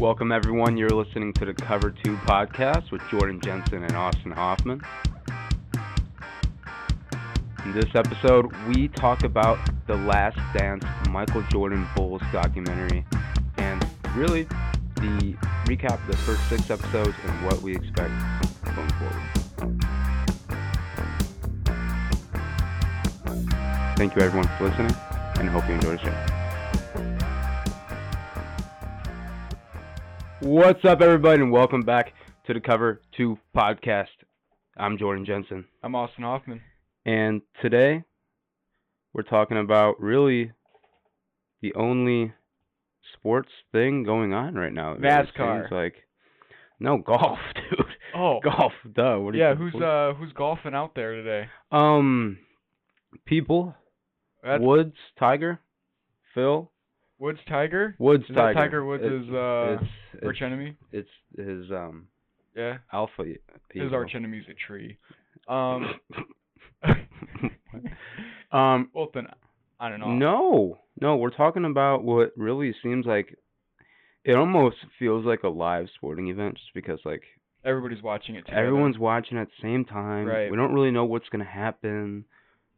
Welcome, everyone. You're listening to the Cover 2 podcast with Jordan Jensen and Austin Hoffman. In this episode, we talk about the Last Dance Michael Jordan Bulls documentary and really the recap of the first six episodes and what we expect going forward. Thank you, everyone, for listening, and hope you enjoy the show. What's up, everybody, and welcome back to the Cover 2 podcast. I'm Jordan Jensen, I'm Austin Hoffman. and today we're talking about really the only sports thing going on right now. it really NASCAR. seems Like, no golf, dude. Oh, Golf, duh. What do you yeah. think? Who's uh who's golfing out there today? um, people, That's Woods, Tiger, Phil, Woods Tiger. Woods, Is that Tiger. Tiger Woods' It's- is, uh, it's, Arch enemy. it's, it's his um Yeah, alpha. his ego. arch enemy's a tree. Um, um, well then, I don't know. no, no, we're talking about what really seems like it almost feels like a live sporting event just because like Everybody's watching it. Together. everyone's watching at the same time. Right. We don't really know what's gonna happen.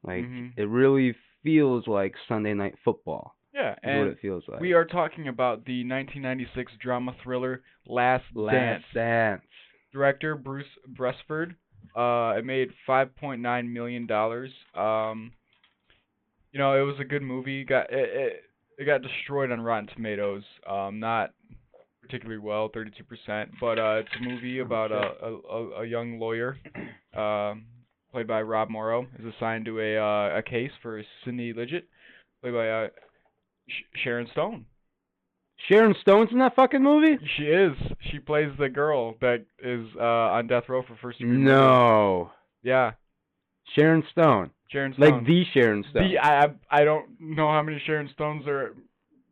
Like Mhm. it really feels like Sunday night football Yeah, is what and it feels like. we are talking about the 1996 drama thriller Last, Last dance. director Bruce Bresford. Uh, it made 5.9 million dollars. Um, you know, it was a good movie. Got it, it, it got destroyed on Rotten Tomatoes. Um, not particularly well, 32 percent. But uh, it's a movie about a, a a- a young lawyer, um, played by Rob Morrow, is assigned to a uh, a case for Sidney Lidgett, played by uh, Sh- Sharon Stone. Sharon Stone's in that fucking movie? She is. She plays the girl that is uh, on death row for first degree murder. No. Yeah, Sharon Stone. Sharon Stone. Like the Sharon Stone. The- I I- I don't know how many Sharon Stones are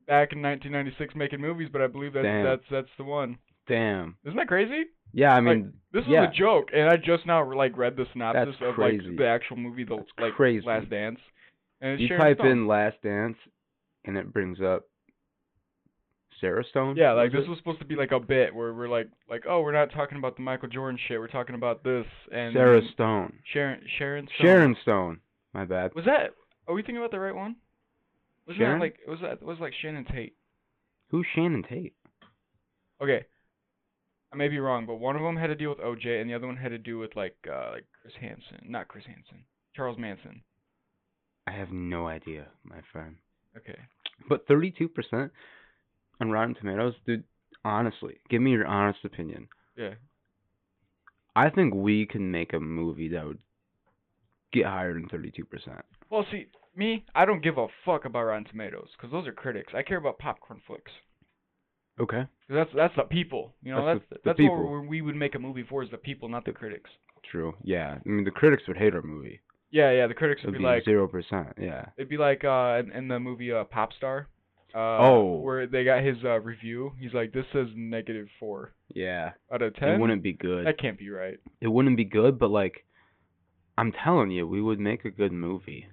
back in 1996 making movies, but I believe that's Damn. that's that's the one. Damn. Isn't that crazy? Yeah, I Like, mean This is yeah. a joke, and I just now like read the synopsis of crazy. like the actual movie, the That's like crazy. Last Dance. And it's you Sharon type Stone. in last dance and it brings up Sarah Stone. Yeah, like was this was supposed to be like a bit where we're like like oh we're not talking about the Michael Jordan shit, we're talking about this it? and Sarah then Stone. Sharon Sharon Stone. Sharon Stone. My bad. was that are we thinking about the right one? Was Sharon? that like was that was like Shannon Tate? Who's Shannon Tate? Okay. I may be wrong, but one of them had to deal with OJ, and the other one had to do with like uh, like Chris Hansen, not Chris Hansen, Charles Manson. I have no idea, my friend. Okay. But 32% on Rotten Tomatoes, dude, honestly, give me your honest opinion. Yeah. I think we can make a movie that would get higher than 32%. Well, see, me, I don't give a fuck about Rotten Tomatoes, 'cause those are critics. I care about popcorn flicks. Okay. 'Cause that's that's the people. You know, That's that's the- the that's people. what we- we would make a movie for is the people, not the critics. True. Yeah. I mean, the critics would hate our movie. Yeah, yeah. The critics It would would be be like, 0%. Yeah. It'd be like uh in, in the movie uh Popstar. Uh, Oh. Where they got his uh review. He's like, this says negative four Yeah. out of It ten. wouldn't be good. That can't be right. it wouldn't be good, but like I'm telling you, we would make a good movie.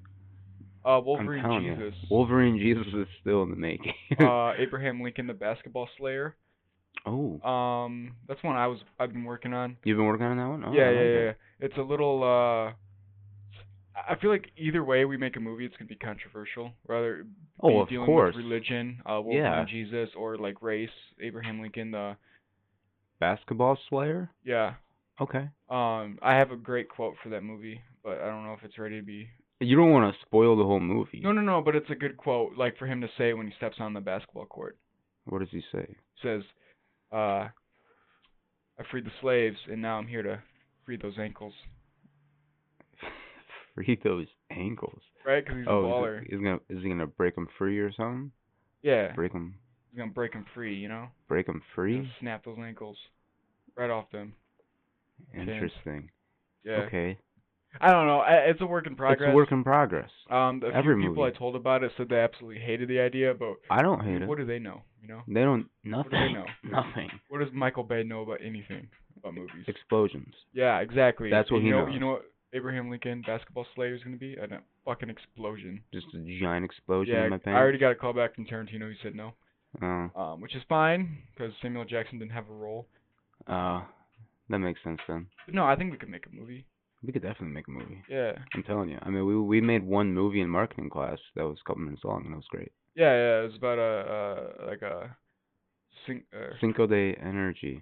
Uh, I'm Wolverine telling Jesus. you. Wolverine Jesus is still in the making. uh, Abraham Lincoln, the basketball slayer. oh. Um, that's one I was I've been working on. You've been working on that one? Oh, I yeah, yeah, like yeah, it. yeah. It's a little. Uh, I- I feel like either way we make a movie, it's gonna be controversial. Rather it be Oh, of dealing course. with religion, uh, Wolverine Yeah. Jesus, or like race, Abraham Lincoln. The Basketball Slayer? yeah. Okay. Um, I have a great quote for that movie, but I don't know if it's ready to be. You don't want to spoil the whole movie. No, no, no. But it's a good quote, like for him to say when he steps on the basketball court. What does he say? says, uh, I freed the slaves, and now I'm here to free those ankles. Free those ankles. Right? Because he's a oh, baller. is, it- is gonna is he gonna break them free or something? yeah. Break them, He's going to break them free, you know? break them Gonna free. Snap those ankles right off them. Yes. Interesting. Yeah. Okay. I don't know. I, it's a work in progress. It's a work in progress. um, the few every people movie. I told about it said they absolutely hated the idea, but I don't I mean, hate it. what do they know? You know? They don't do they nothing. know? Nothing. What does Michael Bay know about anything about movies? Explosions. yeah, exactly. That's what And he you know, knows. You know what Abraham Lincoln basketball slave is going to be? A fucking explosion. Just a giant explosion yeah, in my I pants. already got a call back from Tarantino. He said no. Oh, um, which is fine because Samuel Jackson didn't have a role. uh, that makes sense then. But no, I think we could make a movie. We could definitely make a movie. Yeah, I'm telling you. I mean, we we made one movie in marketing class that was a couple minutes long, and it was great. yeah, yeah. It was about a uh, like a sing, uh, Cinco de Energy.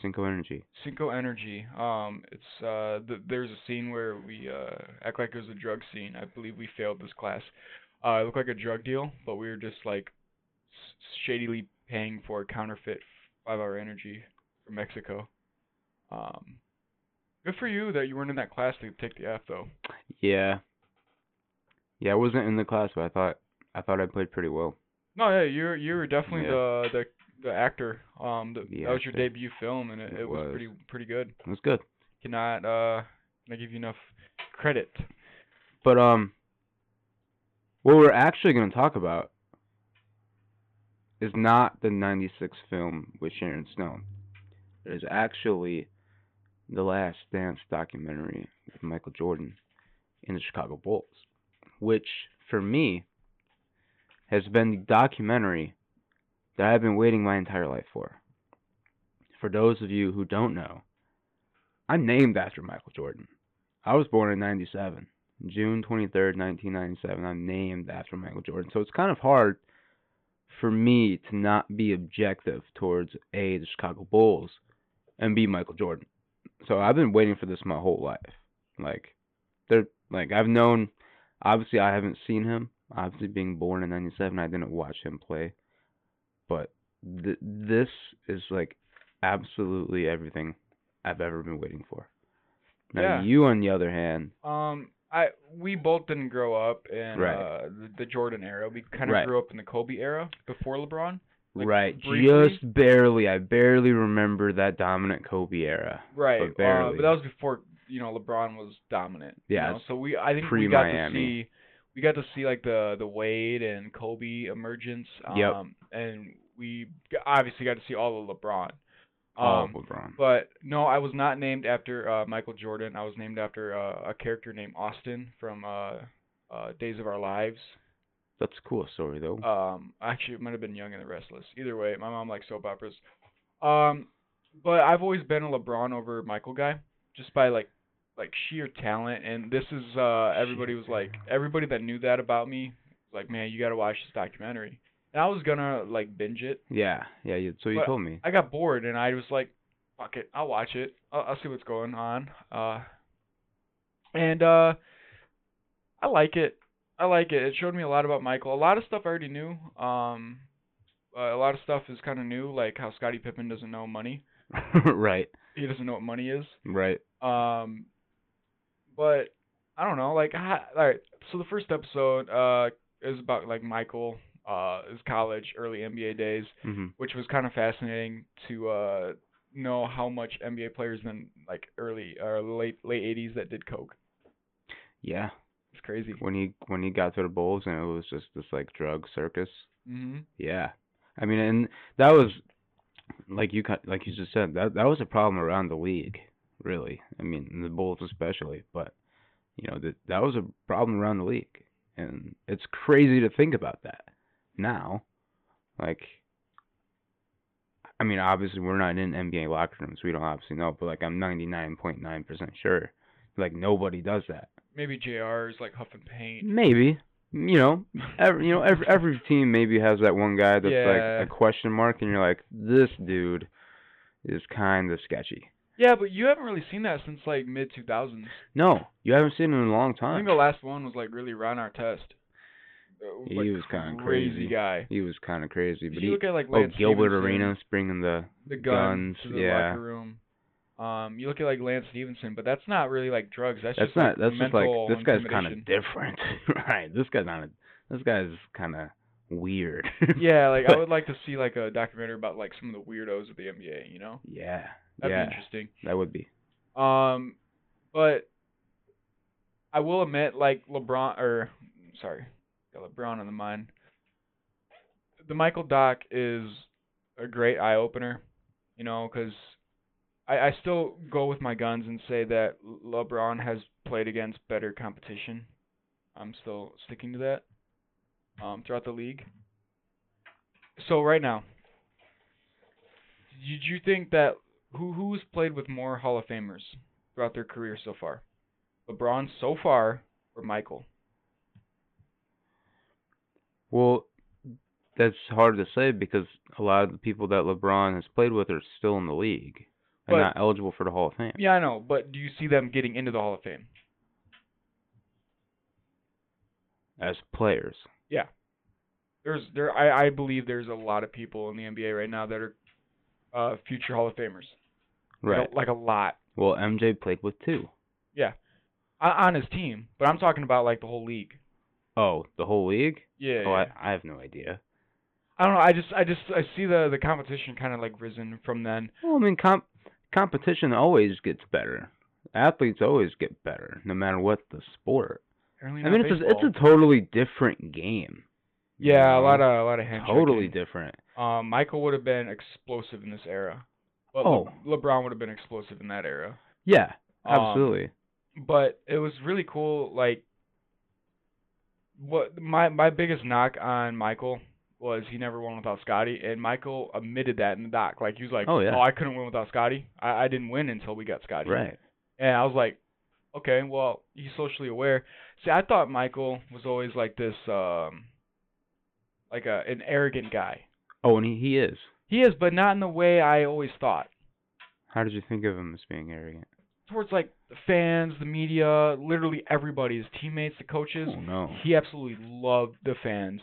Cinco Energy. Cinco Energy. Um, it's uh, th- there's a scene where we uh act like it was a drug scene. I believe we failed this class. Uh, it looked like a drug deal, but we were just like s- shadily paying for counterfeit five-hour energy from Mexico. Um, good for you that you weren't in that class to take the F though. Yeah. Yeah, I wasn't in the class, but I thought I thought I played pretty well. No, yeah, you were you were definitely Yeah. the the the actor. Um, the, The that was your actor. debut film, and it, It it was was. pretty pretty good. It was good. Cannot uh, not give you enough credit. But um, what we're actually going to talk about is not the '96 film with Sharon Stone. It is actually the Last Dance documentary with Michael Jordan in the Chicago Bulls, which for me has been the documentary that I've been waiting my entire life for. For those of you who don't know, I'm named after Michael Jordan. I was born in 97. June 23rd, 1997. I'm named after Michael Jordan. So it's kind of hard for me to not be objective towards A, the Chicago Bulls, and B, Michael Jordan. So I've been waiting for this my whole life. Like, they're, like, I've known, obviously, I haven't seen him. Obviously, being born in 97, I didn't watch him play. But th- this is, like, absolutely everything I've ever been waiting for. Now, Yeah. you, on the other hand, Um, I we both didn't grow up in Right. uh, the, the Jordan era. We kind of Right. grew up in the Kobe era before LeBron. like, right, briefly. just barely. I barely remember that dominant Kobe era. Right. But uh, barely. but that was before you know LeBron was dominant. you Yeah, know, it's So we I think we got to pre-Miami. see we got to see like the the Wade and Kobe emergence. Um, Yep. And we g- obviously got to see all of LeBron. All Um, of LeBron. But no, I was not named after uh, Michael Jordan. I was named after uh, a character named Austin from uh, uh, Days of Our Lives. That's a cool story though. Um, actually, it might have been Young and the Restless. Either way, my mom likes soap operas. Um, but I've always been a LeBron over Michael guy, just by like, like sheer talent. And this is uh, everybody was like, everybody that knew that about me, was like, man, you gotta watch this documentary. And I was gonna like binge it. yeah, yeah. You, so you but told me. I got bored, and I was like, fuck it, I'll watch it. I'll, I'll see what's going on. Uh, and uh, I like it. I like it. It showed me a lot about Michael. A lot of stuff I already knew. Um, uh, a lot of stuff is kind of new, like how Scottie Pippen doesn't know money. right, He doesn't know what money is. right. Um, but I don't know. Like, I, all right. So the first episode uh is about like Michael, uh, his college, early NBA days hmm which was kind of fascinating to uh, know how much NBA players in like early or late late 80s that did coke. Yeah. It's crazy. When he when he got to the Bulls and it was just this like drug circus. hmm Yeah. I mean, and that was like you ki- like you just said that that was a problem around the league, really. I mean, and the Bulls especially, but you know that that was a problem around the league, and it's crazy to think about that now. Like, I mean, obviously we're not in NBA locker rooms, we don't obviously know, but like I'm 99.9% sure, like nobody does that. Maybe JR is like huffing Hmm. paint. Maybe. You know, every, you know, every every team maybe has that one guy that's Yeah. like a question mark, and you're like, this dude is kind of sketchy. Yeah, but you haven't really seen that since like mid 2000s. No, you haven't seen him in a long I time. think the last one was like really Ron Artest. Uh, He like, was kinda crazy. guy. He was kind of crazy, If but you he. look at like Oh, Lance Gilbert Stephenson, Arenas bringing the. the gun guns, to the yeah. locker room. Um, you look at like Lance Stevenson, but that's not really like drugs. That's, That's just not. Like, That's just like mental this guy's kind intimidation. of different, right? This guy's not. A, this guy's kind of weird. yeah, like I But- would like to see like a documentary about like some of the weirdos of the NBA, you know? Yeah. That'd yeah. be interesting. That would be. Um but I will admit like LeBron or sorry, got LeBron on the mind. The Michael Doc is a great eye opener, you know, cuz I I still go with my guns and say that LeBron has played against better competition. I'm still sticking to that. Um throughout the league. so right now, did you think that who who's played with more Hall of Famers throughout their career so far? LeBron so far or Michael? Well, that's hard to say because a lot of the people that LeBron has played with are still in the league and But- not eligible for the Hall of Fame. Yeah, I know, but do you see them getting into the Hall of Fame? As players, There's there I, I believe there's a lot of people in the NBA right now that are uh, future Hall of Famers. You know, right? Like a lot. Well, MJ played with two. On, on his team, but I'm talking about like the whole league. Oh, the whole league? Yeah. Oh, yeah. I, I have no idea. I don't know. I just, I just, I see the the competition kind of like risen from then. Well, I mean, comp- competition always gets better. Athletes always get better, no matter what the sport. Apparently I not mean, it's a, baseball. it's a totally different game. you yeah, know? a lot of a lot of hand totally checking. different. Um, Michael would have been explosive in this era. But Oh. Le- LeBron would have been explosive in that era. Yeah, Um, absolutely. But it was really cool. Like, what my my biggest knock on Michael was he never won without Scotty, and Michael admitted that in the doc. Like he was like, Oh, yeah. I couldn't win without Scotty. I, I didn't win until we got Scotty. right. And I was like, okay, well, he's socially aware. See, I thought Michael was always like this, um, like a an arrogant guy. Oh, and he, he is. He is, but not in the way I always thought. How did you think of him as being arrogant? Towards like the fans, the media, literally everybody, his teammates, the coaches. Oh no. He absolutely loved the fans.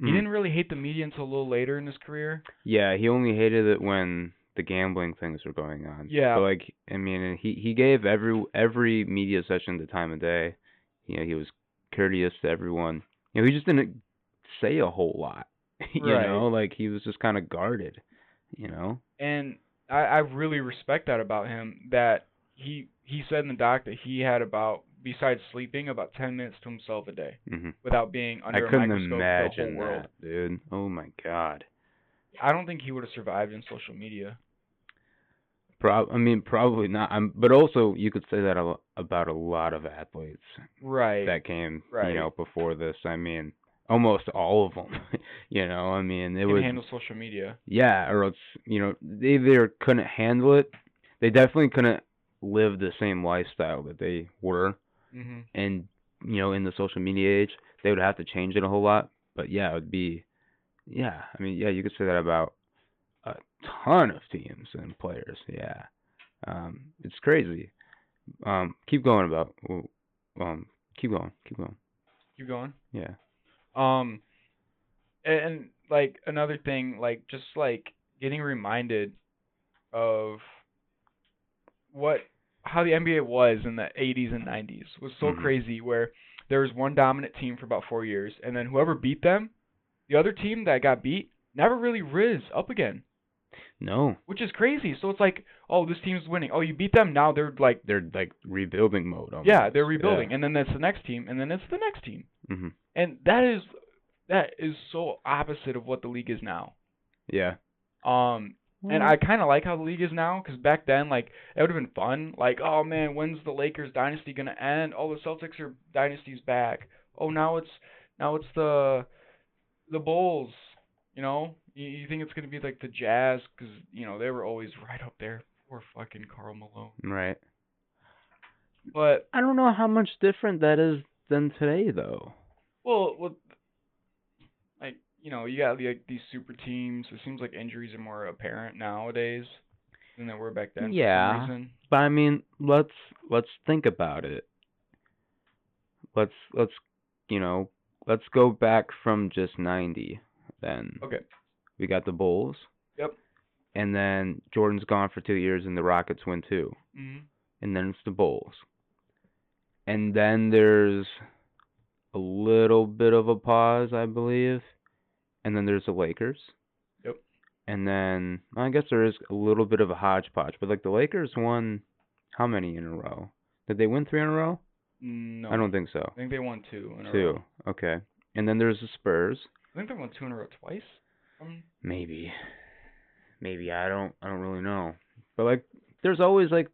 He Mm. didn't really hate the media until a little later in his career. Yeah, he only hated it when the gambling things were going on. Yeah. But like, I mean, and he he gave every every media session the time of day. You know, he was courteous to everyone. You know, he just didn't say a whole lot. you Right. know, like he was just kind of guarded. You know. and I, I really respect that about him. That he he said in the doc that he had about besides sleeping about ten minutes to himself a day hmm without being I under a couldn't microscope for the imagine whole world. that, dude. Oh my god. I don't think he would have survived in social media. Prob I mean, probably not. I'm, but also, you could say that a, lo- about a lot of athletes Right. that came, right. you know, before this. I mean, almost all of them. you know, I mean, it Can was handle social media. yeah, or else you know they either couldn't handle it. They definitely couldn't live the same lifestyle that they were, hmm and you know, in the social media age, they would have to change it a whole lot. But yeah, it would be, yeah. I mean, yeah, you could say that about a ton of teams and players. Yeah, um, it's crazy. Um, keep going about. Um, keep going. Keep going. Keep going. Yeah. Um, and, and like another thing, like just like getting reminded of what how the NBA was in the 80s and 90s was so Mhm. crazy. Where there was one dominant team for about four years, and then whoever beat them, the other team that got beat never really riz up again, No, which is crazy. So it's like, oh, this team's winning. Oh, you beat them. Now they're like, they're like rebuilding mode. Almost. yeah, they're rebuilding, and then that's the next team, and then it's the next team. hmm and that is that is so opposite of what the league is now. Yeah. Um, Mm-hmm. and I kind of like how the league is now because back then, like, it would have been fun. Like, oh man, when's the Lakers dynasty gonna end? Oh, the Celtics are dynasty's back. Oh, now it's now it's the the Bulls. You know, you, you think it's gonna be like the Jazz because you know they were always right up there. Poor fucking Carl Malone. Right. But I don't know how much different that is than today, though. Well, well, like you know, you got like these super teams. It seems like injuries are more apparent nowadays than they were back then. Yeah. For some reason. But I mean, let's let's think about it. Let's let's you know let's go back from just ninety. Then Okay. we got the Bulls. Yep. And then Jordan's gone for two years, and the Rockets win two. hmm and then it's the Bulls. And then there's a little bit of a pause, I believe. And then there's the Lakers. Yep. And then I guess there is a little bit of a hodgepodge, but like the Lakers won how many in a row? Did they win three in a row? No. I don't think so. I think they won two in a Two. row. Okay. And then there's the Spurs. I think they won two in a row twice. Um, Maybe. Maybe I don't I don't really know. But like there's always like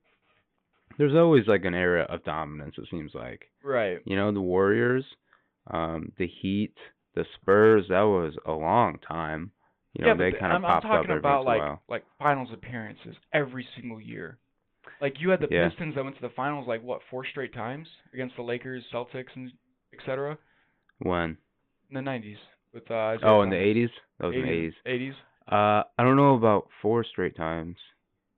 there's always like an era of dominance it seems like. right. You know, the Warriors, um, the Heat, the Spurs, that was a long time. You know, yeah, but they th- kind of I'm, I'm popped up talking every about once in a like while. like finals appearances every single year. Like you had the Yeah. Pistons that went to the finals like what four straight times against the Lakers, Celtics, and etc. When? In the '90s with uh. Isaiah Oh, in the Thomas. 80s? That was in the 80s. 80s. Uh, I don't know about four straight times.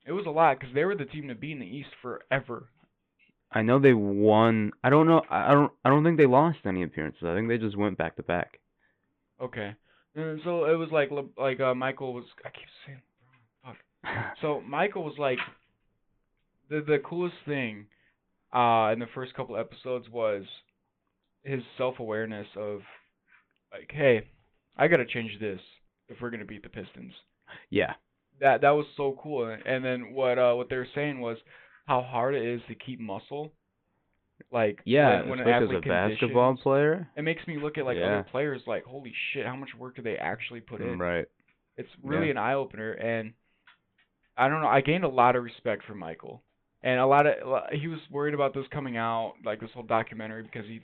It was a lot because they were the team to beat in the East forever. I know they won. I don't know. I I don't. I don't think they lost any appearances. I think they just went back to back. Okay. And so it was like Le- like uh, Michael was I keep saying so Michael was like the the coolest thing uh in the first couple episodes was his self awareness of like hey I gotta change this if we're gonna beat the Pistons Yeah. that that was so cool and, and then what uh what they were saying was how hard it is to keep muscle like Yeah. when, when an especially as a athlete basketball conditions- player. it makes me look at like Yeah. other players like holy shit how much work do they actually put in Mm, Right. it's Yeah. really an eye opener and I don't know I gained a lot of respect for Michael and a lot of li- he was worried about this coming out like this whole documentary because he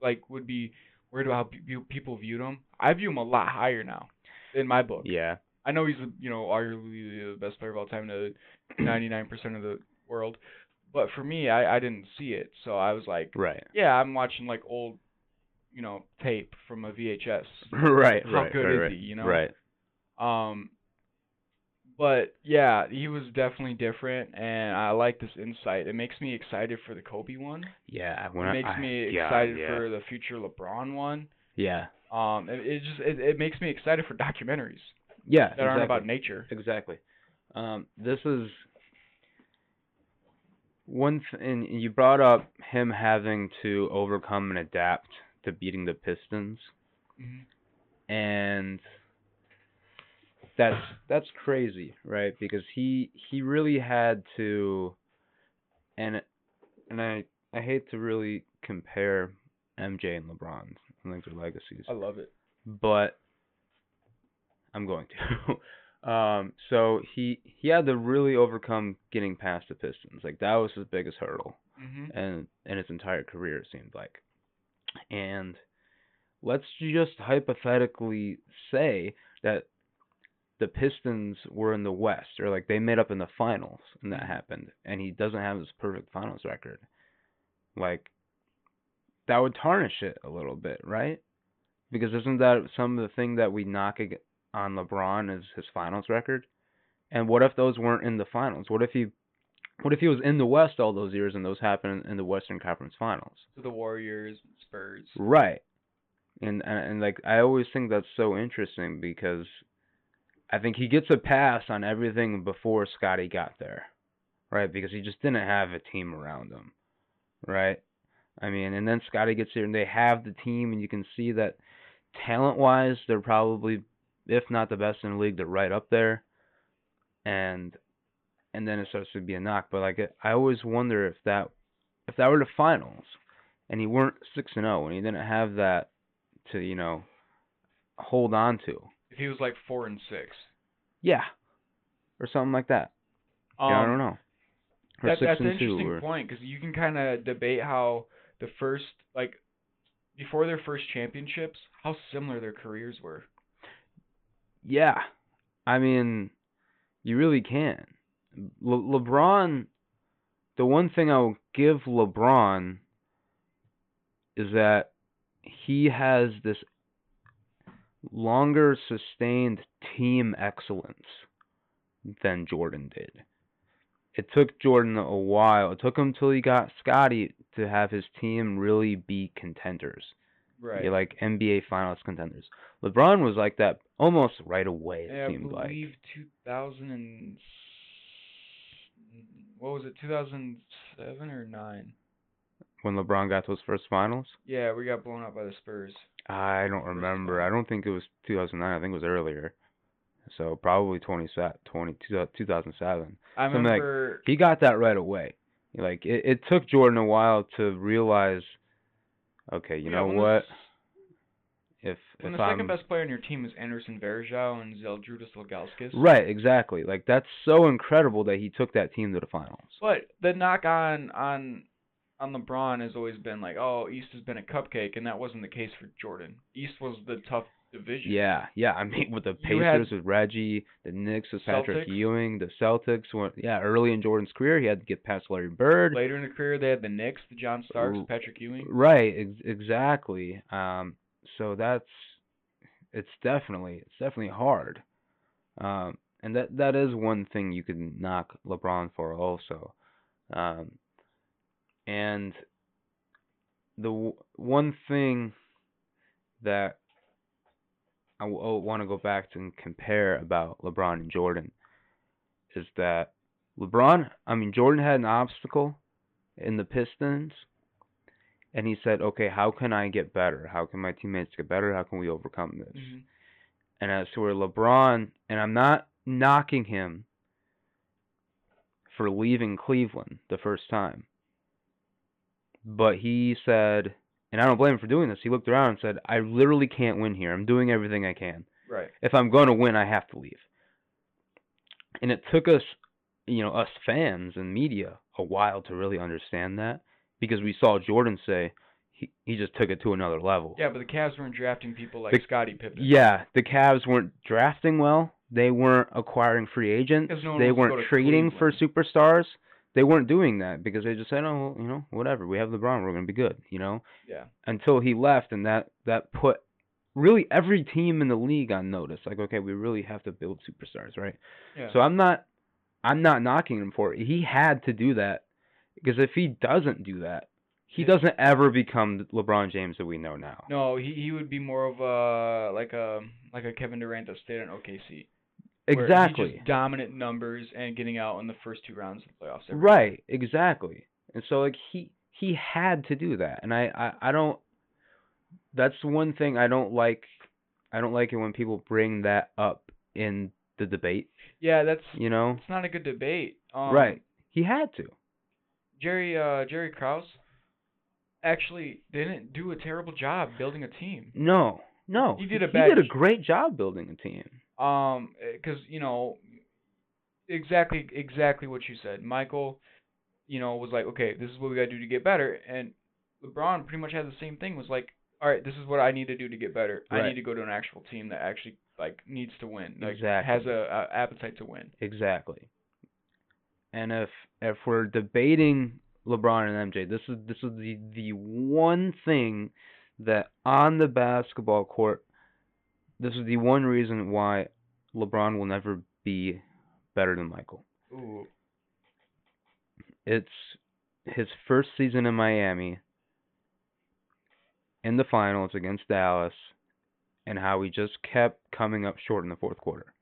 like would be worried about how pe- view- people viewed him I view him a lot higher now in my book Yeah. I know he's the- you know arguably the best player of all time to 99% of the world but for me I I didn't see it so I was like Right. yeah, I'm watching like old, you know, tape from a VHS. right. How right. good right, is right. he, you know? Right. Um, but yeah, he was definitely different, and I like this insight. It makes me excited for the Kobe one. Yeah. When It I- makes I- me yeah, excited yeah, for the future LeBron one. Yeah. Um, it, it just it, it makes me excited for documentaries Yeah. that aren't exactly. about nature. Exactly. Um, this is one th- and you brought up him having to overcome and adapt to beating the Pistons, Mhm. and that's that's crazy, right? Because he he really had to, and and I I hate to really compare MJ and LeBron, I think their legacies I love it. but I'm going to. um, so he he had to really overcome getting past the Pistons. Like that was his biggest hurdle, hmm and in his entire career it seemed like. And let's just hypothetically say that the Pistons were in the West, or like they made up in the finals, and that Mhm. happened. And he doesn't have his perfect finals record. Like that would tarnish it a little bit, right? Because isn't that some of the thing that we knock ag- on LeBron is his finals record? And what if those weren't in the finals? What if he, what if he was in the West all those years and those happened in the Western Conference Finals? So the Warriors, Spurs. Right. And, and and like I always think that's so interesting because I think he gets a pass on everything before Scotty got there. Right? Because he just didn't have a team around him. Right? I mean, and then Scotty gets here and they have the team and you can see that talent-wise they're probably if not the best in the league, they're right up there. And and then it starts to be a knock, but like I always wonder if that if that were the finals and he weren't six and zero, and he didn't have that to you know hold on to. If he was like four and six. Yeah, or something like that. Um, yeah, I don't know. Or That, six that's an and two. interesting or- point because you can kind of debate how the first, like, before their first championships, how similar their careers were. Yeah, I mean, you really can. Le- LeBron. The one thing I will give LeBron is that he has this longer sustained team excellence than Jordan did. It took Jordan a while. It took him till he got Scotty to have his team really be contenders. Right. You're like NBA Finals contenders. LeBron was like that almost right away. It Yeah, I seemed like believe 2000 and s- what was it, 2007 or nine? when LeBron got those first finals. Yeah, we got blown out by the Spurs. I don't remember. I don't think it was 2009. I think it was earlier. So probably 20, 20 2007. I Something like- remember. He got that right away. Like it, it took Jordan a while to realize. Okay, you yeah, know when the what? s- If When if the I'm second best player on your team is Anderson Varejao and Zeldrudis Ilgauskas. right, exactly. Like that's so incredible that he took that team to the finals. But the knock on on on LeBron has always been like, oh, East has been a cupcake, and that wasn't the case for Jordan. East was the tough division. Yeah, yeah. I mean, with the You had- Pacers with Reggie, the Knicks with Patrick Celtics. Ewing, the Celtics. Went, yeah, early in Jordan's career, he had to get past Larry Bird. Later in the career, they had the Knicks, the John Starks, Ooh. Patrick Ewing. Right, ex- exactly. Um, so that's it's definitely it's definitely hard. Um, and that that is one thing you can knock LeBron for also. Um, and the w- one thing that I want to go back to and compare about LeBron and Jordan is that LeBron, I mean Jordan had an obstacle in the Pistons and he said, "Okay, how can I get better? How can my teammates get better? How can we overcome this?" Mhm. And as to where LeBron, and I'm not knocking him for leaving Cleveland the first time, but he said, and I don't blame him for doing this. He looked around and said, "I literally can't win here. I'm doing everything I can. Right. If I'm going to win, I have to leave." And it took us, you know, us fans and media a while to really understand that because we saw Jordan say he, he just took it to another level. Yeah, but the Cavs weren't drafting people like The- Scottie Pippen. Yeah, the Cavs weren't drafting well. They weren't acquiring free agents. 'Cause no one they wants to go weren't to trading for superstars. They weren't doing that because they just said, "Oh, well, you know, whatever. We have LeBron. We're gonna be good." You know, Yeah. until he left, and that that put really every team in the league on notice. Like, okay, we really have to build superstars, right? Yeah. So I'm not I'm not knocking him for it. He had to do that because if he doesn't do that, he Yeah. doesn't ever become the LeBron James that we know now. no, he he would be more of a like a like a Kevin Durant that stayed on OKC. where he just exactly. dominant numbers and getting out in the first two rounds of the playoffs. every year. Right, exactly. And so like he he had to do that. And I I, I don't that's the one thing I don't like I don't like it when people bring that up in the debate, Yeah, that's you know? it's not a good debate. Um, right. He had to. Jerry uh Jerry Krause actually didn't do a terrible job building a team. No. No. He did a he bad did a j- great job building a team. Um, because you know, exactly, exactly what you said. Michael, you know, was like, okay, this is what we gotta do to get better, and LeBron pretty much had the same thing. Was like, all right, this is what I need to do to get better. I Right. need to go to an actual team that actually like needs to win, like Exactly. has a, a appetite to win. Exactly. And if if we're debating LeBron and MJ, this is this is the the one thing that on the basketball court, this is the one reason why LeBron will never be better than Michael. Ooh, It's his first season in Miami in the finals against Dallas and how he just kept coming up short in the fourth quarter.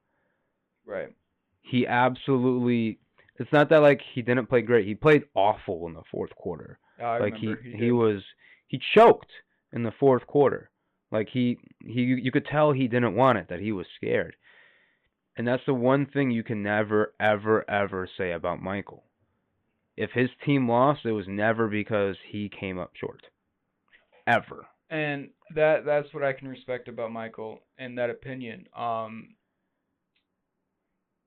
right. he absolutely it's not that like he didn't play great. He played awful in the fourth quarter. Yeah, I like remember. he he, he, did. was he choked in the fourth quarter. Like he he you could tell he didn't want it that he was scared. And that's the one thing you can never ever ever say about Michael. If his team lost, it was never because he came up short. Ever. and that that's what I can respect about Michael and that opinion. Um,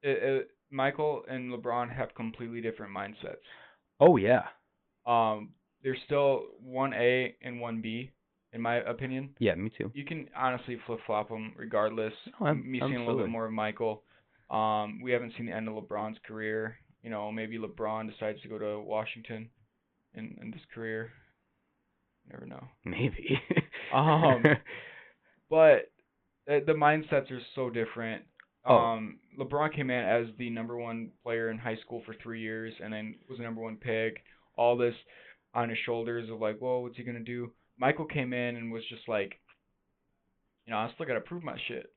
it, it, Michael and LeBron have completely different mindsets. Oh yeah. Um, there's still one A and one B, in my opinion. Yeah, me too. You can honestly flip flop them regardless. No, ab- Me seeing a little absolutely. bit more of Michael. Um, we haven't seen the end of LeBron's career. You know, maybe LeBron decides to go to Washington, in in this career. Never know. Maybe. Um, But uh, the mindsets are so different. Oh. Um, LeBron came in as the number one player in high school for three years, and then was the number one pick. All this on his shoulders of like, whoa, what's he gonna do? Michael came in and was just like, you know, I still gotta prove my shit.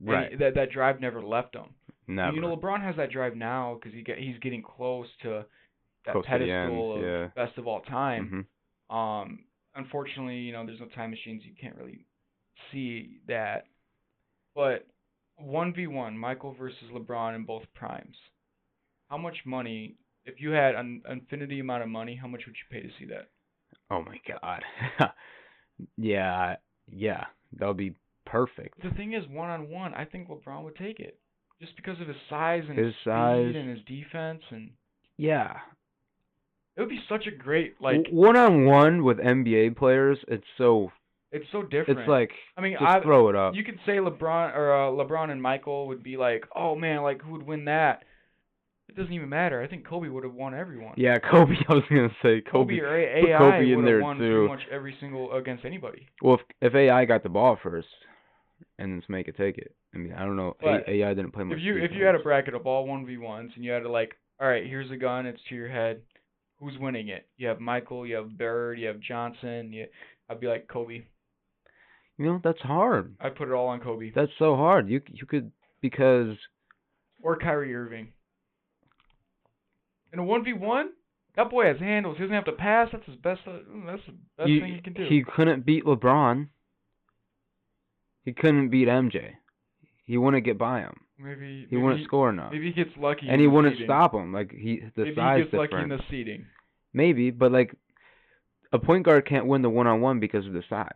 And he- right. that that drive never left him. Never. You know, LeBron has that drive now because he get, he's getting close to that Close to the end, pedestal of yeah. best of all time. Mhm. Um, unfortunately, you know, there's no time machines. You can't really see that. But 1v1, Michael versus LeBron in both primes. How much money, if you had an infinity amount of money, how much would you pay to see that? Oh my god. yeah, yeah, that would be perfect. The thing is, one on one, I think LeBron would take it. Just because of his size and His speed size. and his defense, and Yeah. it would be such a great like. one on one with NBA players, it's so It's so different. It's like I mean, just I throw it up. you could say LeBron or uh, LeBron and Michael would be like, oh man, like who would win that? It doesn't even matter. I think Kobe would have won everyone. yeah, Kobe. I was gonna say Kobe, Kobe. or put A- AI Kobe in would there have won too. pretty much every single against anybody. Well, if, if AI got the ball first, and just make it take it. I mean, I don't know. A- But AI didn't play much. If you if you had a defense. bracket of all one v ones and you had to like, all right, here's a gun, it's to your head. Who's winning it? You have Michael, you have Bird, you have Johnson. You, I'd be like Kobe. you know, that's hard. I'd put it all on Kobe That's so hard. You you could because or Kyrie Irving. In a one v one, that boy has handles. He doesn't have to pass. That's his best. Uh, mm, that's the best you, thing he can do. he couldn't beat LeBron. He couldn't beat MJ. He wouldn't get by him. maybe He maybe wouldn't score enough, Maybe he gets lucky. in and he the wouldn't seeding. stop him. Like he the Maybe size he gets lucky in difference. the seeding. Maybe, but like a point guard can't win the one on one because of the size.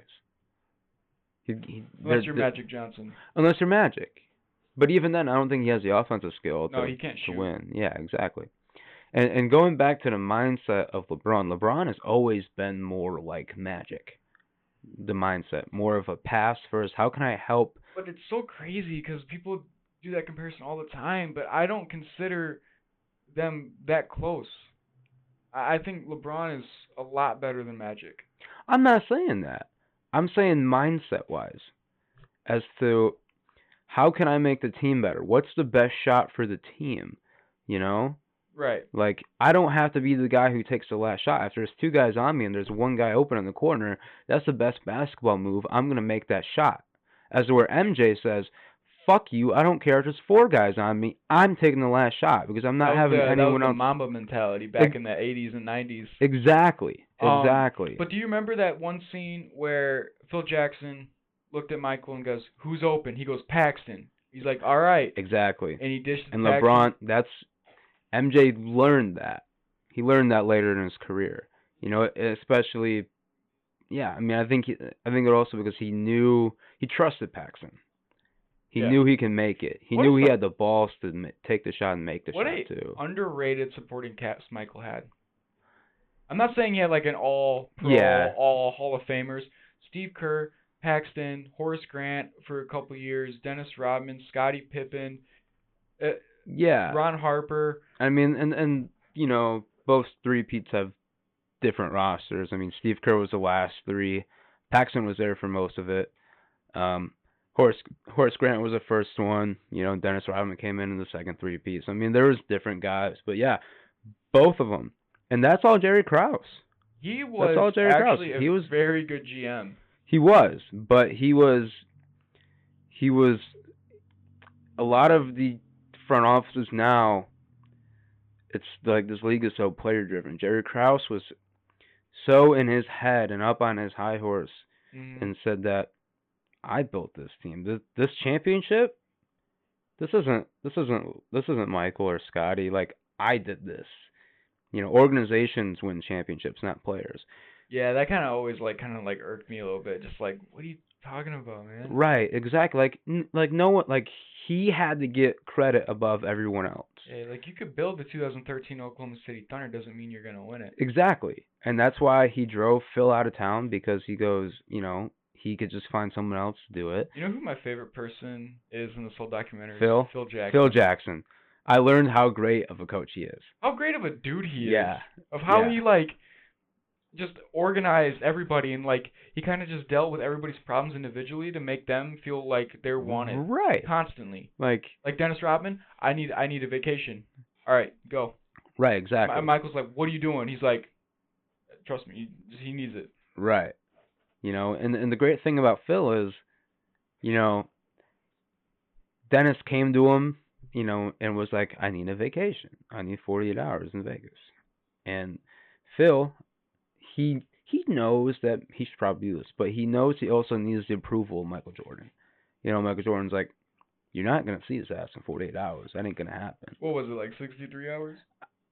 He, he, they're- Unless you're they're- Magic Johnson. unless you're Magic. But even then, I don't think he has the offensive skill No, to, he can't to shoot. win. Yeah, exactly. And and going back to the mindset of LeBron, LeBron has always been more like Magic, the mindset, more of a pass first. How can I help? But it's so crazy because people do that comparison all the time, but I don't consider them that close. I I think LeBron is a lot better than Magic. I'm not saying that. I'm saying mindset wise, as to how can I make the team better? What's the best shot for the team? You know, Right. Like I don't have to be the guy who takes the last shot. If there's two guys on me and there's one guy open in the corner, that's the best basketball move. I'm gonna make that shot. As to where MJ says, "Fuck you! I don't care if there's four guys on me. I'm taking the last shot because I'm not That was having the- that was anyone the else." Mamba mentality back in the 80s and 90s. Exactly. Um, Exactly. But do you remember that one scene where Phil Jackson looked at Michael and goes, "Who's open?" He goes, "Paxton." He's like, "All right," exactly. and he dished. it And to Paxton. LeBron, that's MJ learned that. He learned that later in his career. You know, especially. Yeah, I mean, I think he, I think it also because he knew he trusted Paxson. He Yeah. knew he can make it. He What knew a- he had the balls to ma- take the shot and make the What shot a- too. underrated supporting cast Michael had. I'm not saying he had like an all pro, Yeah. all Hall of Famers. Steve Kerr, Paxton, Horace Grant for a couple years, Dennis Rodman, Scottie Pippen, yeah, Ron Harper. I mean, and and you know, both three Pete's have different rosters. I mean, Steve Kerr was the last three. Paxton was there for most of it. Um, Horace Horace Grant was the first one. You know, Dennis Rodman came in in the second three piece. I mean, there was different guys, but yeah, both of them, and that's all Jerry Krause. He was all Jerry Krause. actually a He was- very good GM. He was, but he was, he was. A lot of the front offices now, it's like this league is so player driven. Jerry Krause was so in his head and up on his high horse Mhm. and said that I built this team. This this championship, this isn't this isn't this isn't Michael or Scotty. Like I did this. You know, organizations win championships, not players. yeah, that kind of always like kind of like irked me a little bit. Just like, what are you talking about, man? Right, exactly. Like n- like no one like he had to get credit above everyone else. Yeah, like you could build the 2013 Oklahoma City Thunder doesn't mean you're gonna win it. Exactly. And that's why he drove Phil out of town because he goes, you know, he could just find someone else to do it. You know who my favorite person is in this whole documentary? Phil? Phil Jackson. Phil Jackson. I learned how great of a coach he is. how great of a dude he is. Yeah. Of how yeah. he like just organized everybody and like he kind of just dealt with everybody's problems individually to make them feel like they're wanted Right. constantly. Like Like Dennis Rodman, I need I need a vacation. All right, go. right, Mi- exactly. Michael's like, "What are you doing?" He's like, "Trust me, he- he needs it." Right. You know, and and the great thing about Phil is, you know, Dennis came to him, you know, and was like, I need a vacation. I need forty eight hours in Vegas. And Phil, he he knows that he should probably do this, but he knows he also needs the approval of Michael Jordan. You know, Michael Jordan's like, You're not gonna see his ass in forty eight hours. That ain't gonna happen. What was it like 63 hours?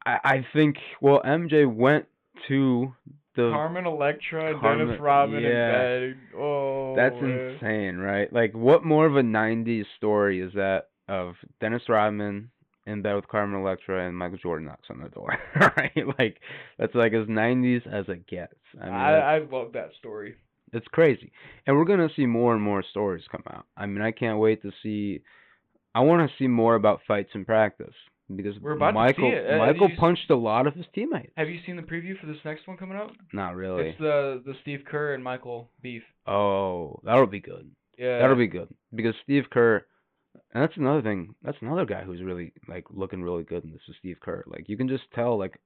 I, I think well MJ went to the Carmen Electra, and Carmen- Dennis Rodman yeah. in bed. Oh. That's man. insane, right? Like, what more of a '90s story is that of Dennis Rodman in bed with Carmen Electra and Michael Jordan knocks on the door, right? Like, that's like as '90s as it gets. I mean, I, I love that story. that's, It's crazy. And we're gonna see more and more stories come out. I mean, I can't wait to see. I want to see more about fights in practice because We're about to see Michael it. Uh, Michael you s- punched a lot of his teammates. Have you seen the preview for this next one coming up? Not really. It's the the Steve Kerr and Michael beef. oh, that'll be good. Yeah. That'll be good because Steve Kerr. And that's another thing. That's another guy who's really like looking really good, and this is Steve Kerr. Like you can just tell, like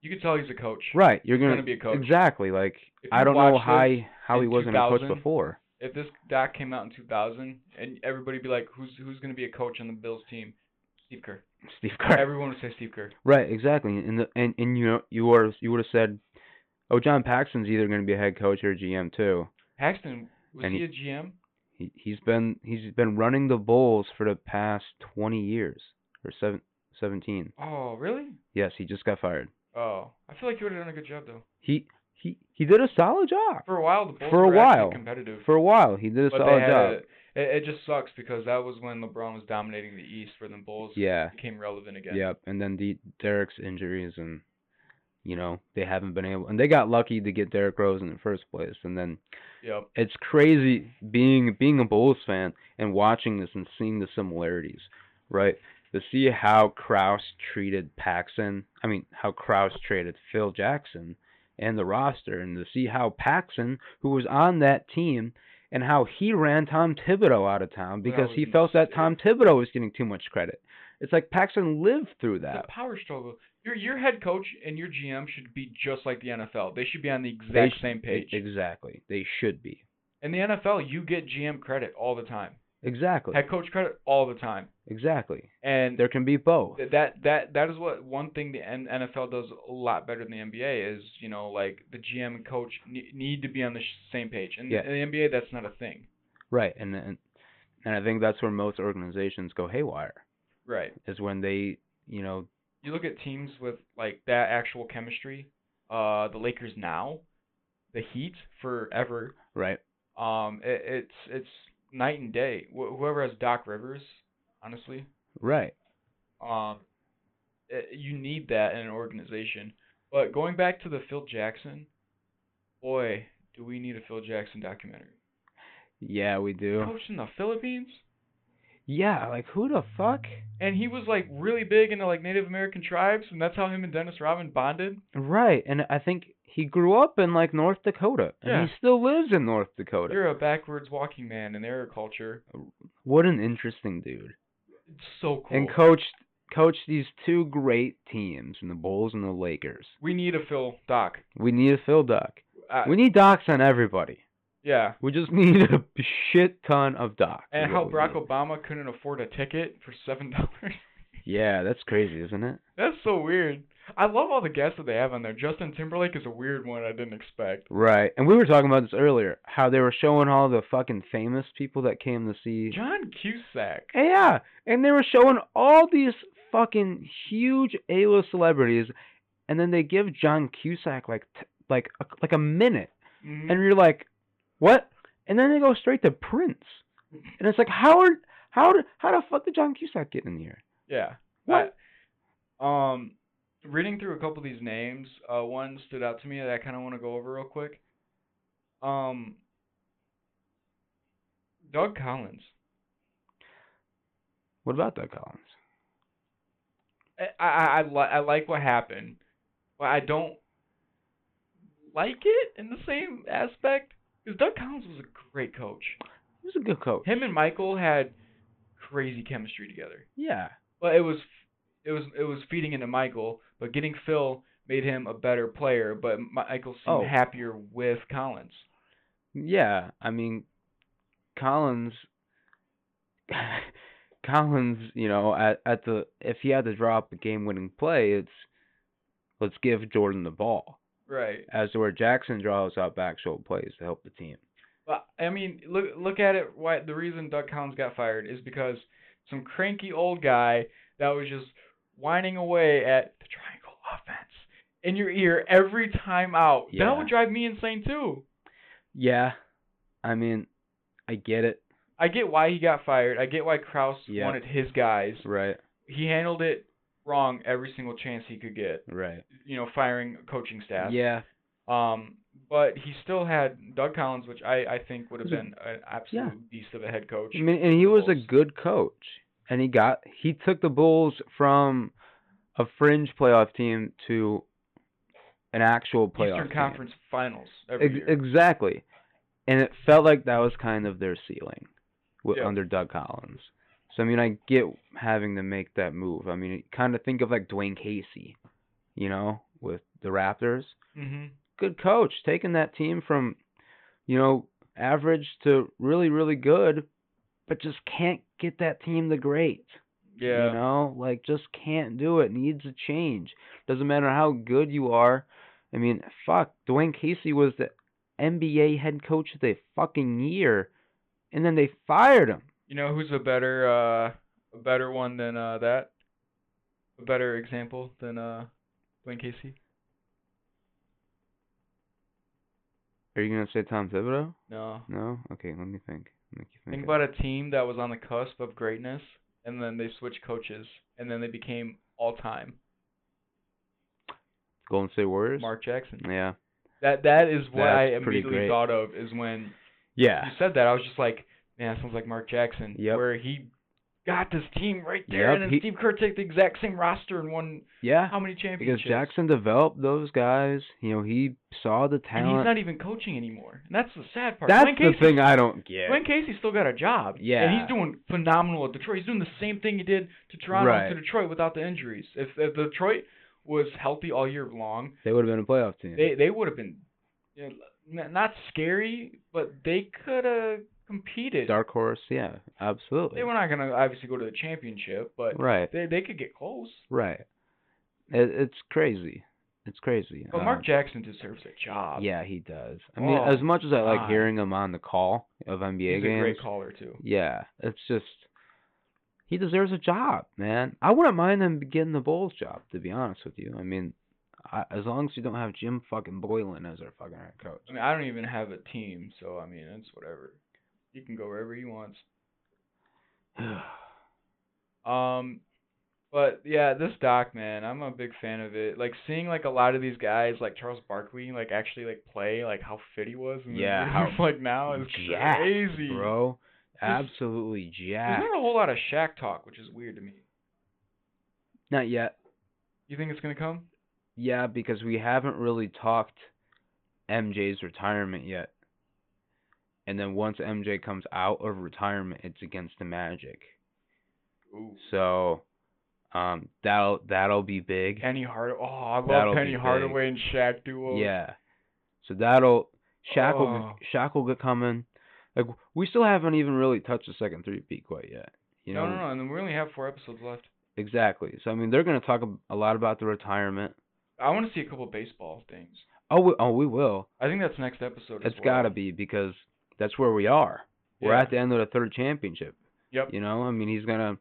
You can tell he's a coach. right, you're gonna gonna, be a coach. Exactly. Like If I you don't know watched how it he- how he in wasn't a coach 2000, before. If this doc came out in 2000, and everybody be like, who's who's gonna be a coach on the Bills team? Steve Kerr. Steve Kerr. Everyone would say Steve Kerr. Right, exactly. And the, and and you know you were you would have said, oh, John Paxson's either going to be a head coach or a GM too. Paxton was And he, he- a GM? He he's been he's been running the Bulls for the past twenty years or seven, 17. Oh really? Yes, he just got fired. Oh, I feel like you would have done a good job though. He he he did a solid job For a while, the Bulls For a were actually while. competitive. for a while. He did a but they solid had job. a, it, it just sucks because that was when LeBron was dominating the East for the Bulls. yeah, Became relevant again. yep. And then the Derek's injuries and. You know they haven't been able, and they got lucky to get Derrick Rose in the first place, and then Yep. it's crazy being being a Bulls fan and watching this and seeing the similarities, right? To see how Kraus treated Paxson, I mean how Kraus treated Phil Jackson and the roster, and to see how Paxson, who was on that team, and how he ran Tom Thibodeau out of town That because was he felt that insane. Tom Thibodeau was getting too much credit. It's like Paxson lived through It's that. a power struggle. Your your head coach and your GM should be just like the NFL. They should be on the exact They sh- same page. Exactly. They should be. In the NFL, you get GM credit all the time, Exactly. head coach credit all the time, Exactly. and There can be both. th- that that that is what one thing the N- NFL does a lot better than the NBA is. You know, like the GM and coach ne- need to be on the sh- same page. And Yeah. in the NBA, that's not a thing. Right, and and and I think that's where most organizations go haywire Right. is when they, you know, you look at teams with like that actual chemistry, uh, the Lakers now, the Heat forever. right, Um, it, it's it's night and day. Wh- whoever has Doc Rivers, honestly, right, um, it, you need that in an organization. But going back to the Phil Jackson, boy, do we need a Phil Jackson documentary? yeah, we do. Coached in the Philippines, Yeah, like who the fuck? and he was like really big into like Native American tribes, and that's how him and Dennis Rodman bonded. Right, and I think he grew up in like North Dakota, and Yeah. he still lives in North Dakota. You're a backwards walking man in their culture. What an interesting dude. It's so cool. And coached coached these two great teams, in the Bulls and the Lakers. we need a Phil Doc. We need a Phil Doc. Uh, We need docs on everybody. yeah. We just need a shit ton of docs. is And how what we Barack need. Obama couldn't afford a ticket for seven dollars. Yeah, that's crazy, isn't it? That's so weird. I love all the guests that they have on there. Justin Timberlake is a weird one I didn't expect. Right. And we were talking about this earlier, how they were showing all the fucking famous people that came to see. John Cusack. Yeah. And they were showing all these fucking huge A-list celebrities and then they give John Cusack like t- like a, like a minute Mhm. and you're like, "What?" And then they go straight to Prince. And it's like, "How are how did- how the fuck did John Cusack get in here?" yeah. What? I- um, reading through a couple of these names, uh, one stood out to me that I kind of want to go over real quick. Um, Doug Collins. What about Doug Collins? I I I, li- I like what happened, but I don't like it in the same aspect because Doug Collins was a great coach. He was a good coach. Him and Michael had crazy chemistry together, Yeah. but it was it was it was feeding into Michael, but getting Phil made him a better player. But Michael seemed Oh. happier with Collins. Yeah, I mean, Collins, Collins, you know, at at the if he had to drop a game-winning play, it's let's give Jordan the ball, Right. as to where Jackson draws up actual plays to help the team. But I mean, look look at it. Why the reason Doug Collins got fired is because some cranky old guy that was just whining away at the triangle offense in your ear every time out. That Yeah. would drive me insane too. Yeah, I mean, I get it, I get why he got fired. I get why Kraus Yeah. wanted his guys. right, He handled it wrong every single chance he could get. right, You know, firing coaching staff. yeah, Um, But he still had Doug Collins, which I, I think would have Was a- been an absolute beast of a head coach. I mean, and he the was a Bulls. good coach, and he got he took the Bulls from a fringe playoff team to an actual playoff Eastern team. Conference Finals every Ex- year. exactly, and it felt like that was kind of their ceiling with, Yeah. under Doug Collins. So I mean, I get having to make that move. I mean, kind of think of like Dwayne Casey, you know, with the Raptors. hmm Good coach, taking that team from, you know, average to really, really good, but just can't get that team to great. Yeah. You know, like just can't do it. Needs a change. Doesn't matter how good you are. I mean, fuck, Dwayne Casey was the NBA head coach of the fucking year, and then they fired him. You know who's a better uh a better one than uh that? A better example than uh Dwayne Casey? Are you gonna say Tom Thibodeau? No. No. Okay, let me think. Make you Think think. about a team that was on the cusp of greatness and then they switched coaches and then they became all time. Golden State Warriors. Mark Jackson. Yeah. That that is what I That's pretty immediately great. thought of is when Yeah. you said that I was just like, Man, that sounds like Mark Jackson. Yep. Where he got this team right there Yep, and then he- Steve Kerr took the exact same roster and won Yeah. how many championships? Because Jackson developed those guys. You know, he saw the and talent. he's not even coaching anymore. And that's the sad part. That's Dwayne the Casey thing I don't get. Dwayne Casey's still got a job. And Yeah. he's doing phenomenal at Detroit. He's doing the same thing he did to Toronto to Right. Detroit without the injuries. If, if Detroit was healthy all year long, They would have been a playoff team. they they would have been you know, n- not scary, but they could have competed. Dark horse. Yeah. Absolutely. They were not going to obviously go to the championship, but right. they they could get close. Right. It, it's crazy. It's crazy. But Uh, Mark Jackson deserves a job. yeah, he does. I mean, Oh, as much as I like God. hearing him on the call of NBA he's games, a great caller too. yeah, it's just he deserves a job, man. I wouldn't mind him getting the Bulls job, to be honest with you. I mean, I, as long as you don't have Jim fucking Boylan as our fucking head coach. I mean, I don't even have a team, so I mean, it's whatever. He can go wherever he wants. Um, but yeah, this doc, man, I'm a big fan of it. Like seeing like a lot of these guys, like Charles Barkley, like actually like play, like how fit he was. And Yeah, how like now is jacked, crazy, Bro, absolutely There's jacked. not a whole lot of Shaq talk, which is weird to me. Not yet. You think it's gonna come? Yeah, because we haven't really talked MJ's retirement yet. And then once MJ comes out of retirement, it's against the Magic. Ooh. So um that'll that'll be big. Penny Hardaway. Oh, I love That'll Penny be big. Hardaway and Shaq duo. Yeah. So that'll Shaq will Oh. be- Shaq will get coming. Like we still haven't even really touched the second three peak quite yet. You know no, no, no. And then we only have four episodes left. exactly. So I mean they're gonna talk ab- a lot about the retirement. I want to see a couple baseball things. Oh, we, oh we will. I think that's next episode. It's gotta be because that's where we are. We're at the end of the third championship. Yep. You know, I mean, he's gonna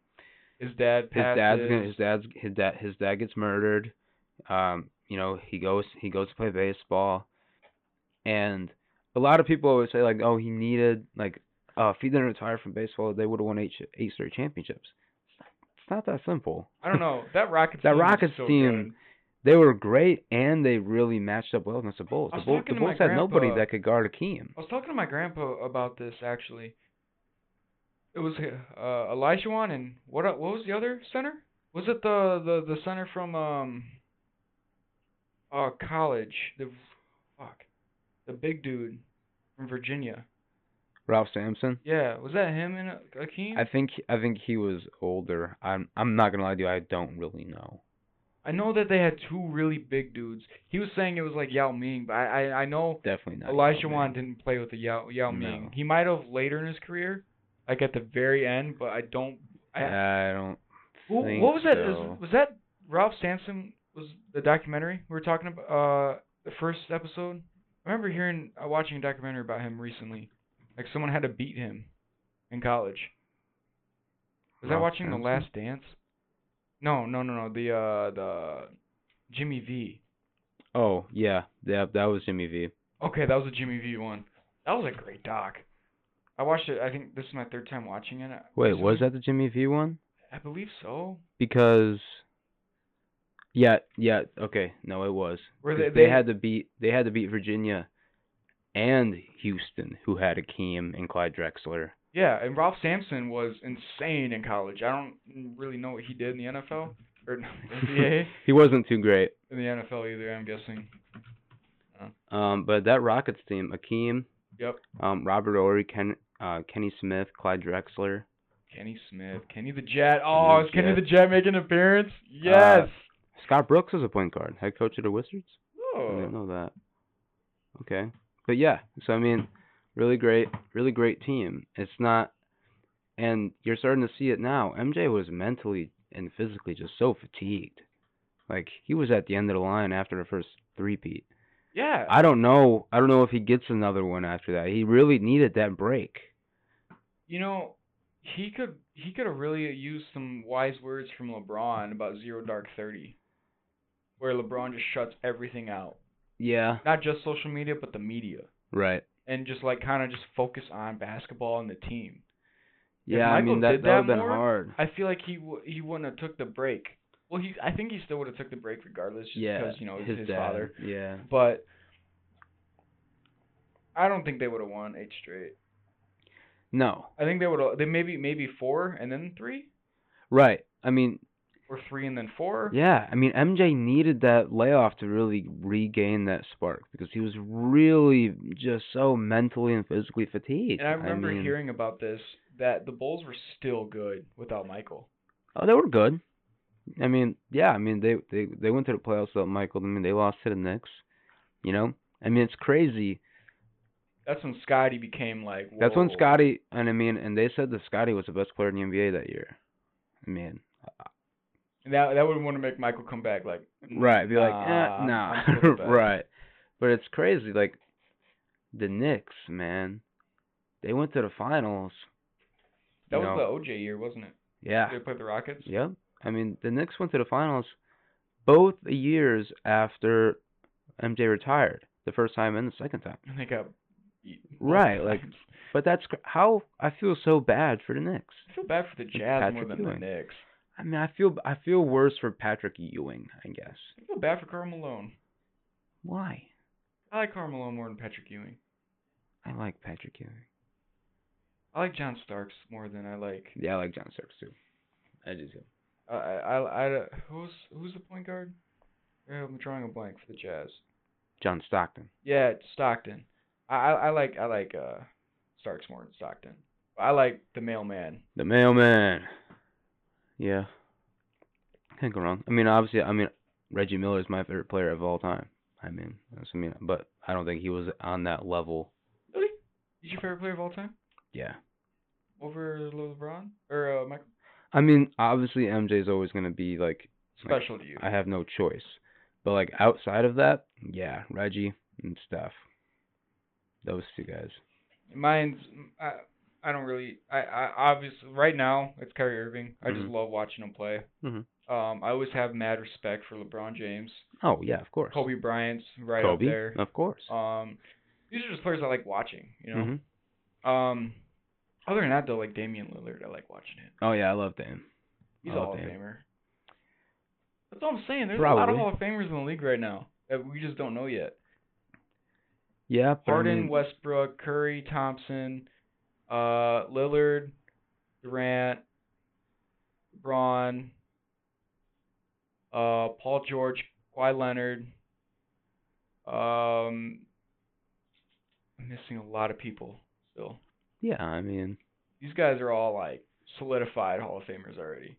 His dad his passes. dad's gonna his dad's his dad his dad gets murdered. Um, you know, he goes he goes to play baseball, and a lot of people always say like, oh, he needed like, uh, if he didn't retire from baseball, they would have won eight ch- eight straight championships. It's not that simple. I don't know. That Rockets That team is Rockets so team- good. They were great, and they really matched up well against the Bulls. I The was Bulls, the talking to my Bulls had nobody grandpa. that could guard Akeem. I was talking to my grandpa about this actually. It was uh, Elijah one and what el- what was the other center? Was it the the, the center from um uh college? The fuck, the big dude from Virginia. Ralph Sampson. Yeah, was that him and A- Akeem? I think I think he was older. I'm I'm not gonna lie to you. I don't really know. I know that they had two really big dudes. He was saying it was like Yao Ming, but I I, I know Definitely not. Elijah Wan Wan didn't play with the Yao, Yao Ming. No. He might have later in his career, like at the very end, but I don't. I, I don't. Who, think what was that? Is- so. was that Ralph Sampson? Was the documentary we were talking about? Uh, the first episode. I remember hearing, uh, watching a documentary about him recently. Like someone had to beat him in college. Was I Ralph watching Sampson? The Last Dance? No, no, no, no. The uh, the Jimmy V. Oh yeah, yeah, that was Jimmy V. Okay, that was a Jimmy V one. That was a great doc. I watched it. I think this is my third time watching it. Wait, was recently. that the Jimmy V one? I believe so. Because yeah, yeah, okay, no, it was. Where 'Cause they- they- had to beat they had to beat Virginia and Houston, who had Akeem and Clyde Drexler. Yeah, and Ralph Sampson was insane in college. I don't really know what he did in the NFL or NBA He wasn't too great. in the NFL either. I'm guessing. Um, but that Rockets team, Akeem, Yep. um, Robert Ory, Ken, uh, Kenny Smith, Clyde Drexler. Kenny Smith, Kenny the Jet. Oh, the is Kenny Jet. Uh, the Jet making an appearance? Yes. Scott Brooks is a point guard, head coach of the Wizards. I oh. didn't know that. Okay. But yeah, so I mean, really great, really great team. It's not, and you're starting to see it now. MJ was mentally and physically just so fatigued. Like he was at the end of the line after the first three-peat. Yeah. I don't know. I don't know if he gets another one after that. He really needed that break. you know, he could he could have really used some wise words from LeBron about zero dark thirty, where LeBron just shuts everything out, Yeah. not just social media but the media, Right. and just like kind of just focus on basketball and the team. If Yeah, I Michael mean that did that that would have been more, hard. I feel like he w- he wouldn't have took the break. Well, he I think he still would have took the break regardless, just yeah. because you know it's his, his, dad. father. Yeah. But I don't think they would have won eight straight. No. I think they would have they maybe maybe four and then three Right. I mean, or three and then four. Yeah, I mean MJ needed that layoff to really regain that spark because he was really just so mentally and physically fatigued. And I remember mean- hearing about this that the Bulls were still good without Michael. Oh, they were good. I mean, yeah, I mean they they they went to the playoffs without Michael. I mean they lost to the Knicks. You know, I mean it's crazy. That's when Scotty became like. That's when "Whoa." Scotty and I mean and they said that Scotty was the best player in the NBA that year. I mean, And That that would want to make Michael come back like. Right. Be like, "Nah, eh, nah. I'm still the best." right. But it's crazy. Like, the Knicks, man, they went to the finals. That you was know. the OJ year, wasn't it? Yeah. They played the Rockets. Yep. I mean, the Knicks went to the finals both the years after MJ retired, the first time and the second time. And they got. beat both Right, like- times. But that's cr- how I feel so bad for the Knicks. I feel bad for the Jazz more Patrick than Ewing. the Knicks. I mean, I feel I feel worse for Patrick Ewing, I guess. I feel bad for Karl Malone. Why? I like Karl Malone more than Patrick Ewing. I like Patrick Ewing. I like John Starks more than I like. Yeah, I like John Starks too. I do too. I I I, I who's who's the point guard? Uh, I'm drawing a blank for the Jazz. John Stockton. Yeah, it's Stockton. I, I I like I like uh Starks more than Stockton. I like the mailman. The mailman. Yeah. Can't go wrong. I mean, obviously, I mean, Reggie Miller is my favorite player of all time. I mean, that's, I mean, but I don't think he was on that level. Really? He's your favorite player of all time? Yeah. Over LeBron or uh, Michael? I mean, obviously, MJ is always going to be like, Like, Special to you. I have no choice. But like outside of that, yeah, Reggie and Steph. Those two guys. Mine's I I don't really I I obviously right now it's Kyrie Irving. I just Mhm. love watching him play. Mhm. Um, I always have mad respect for LeBron James, Oh yeah, of course. Kobe Bryant's right Kobe, up there. of course. Um, these are just players I like watching. You know. Mhm. Um, other than that though, like Damian Lillard, I like watching him. Oh yeah, I love him. He's a Hall Hall of of Famer. Famer. That's all I'm saying. There's a lot Probably. of Hall of Famers in the league right now that we just don't know yet. Yeah, but I Harden, mean- Westbrook, Curry, Thompson, uh, Lillard, Durant, Braun, uh, Paul George, Kawhi Leonard. Um, I'm missing a lot of people still. Yeah, I mean, these guys are all like solidified Hall of Famers already.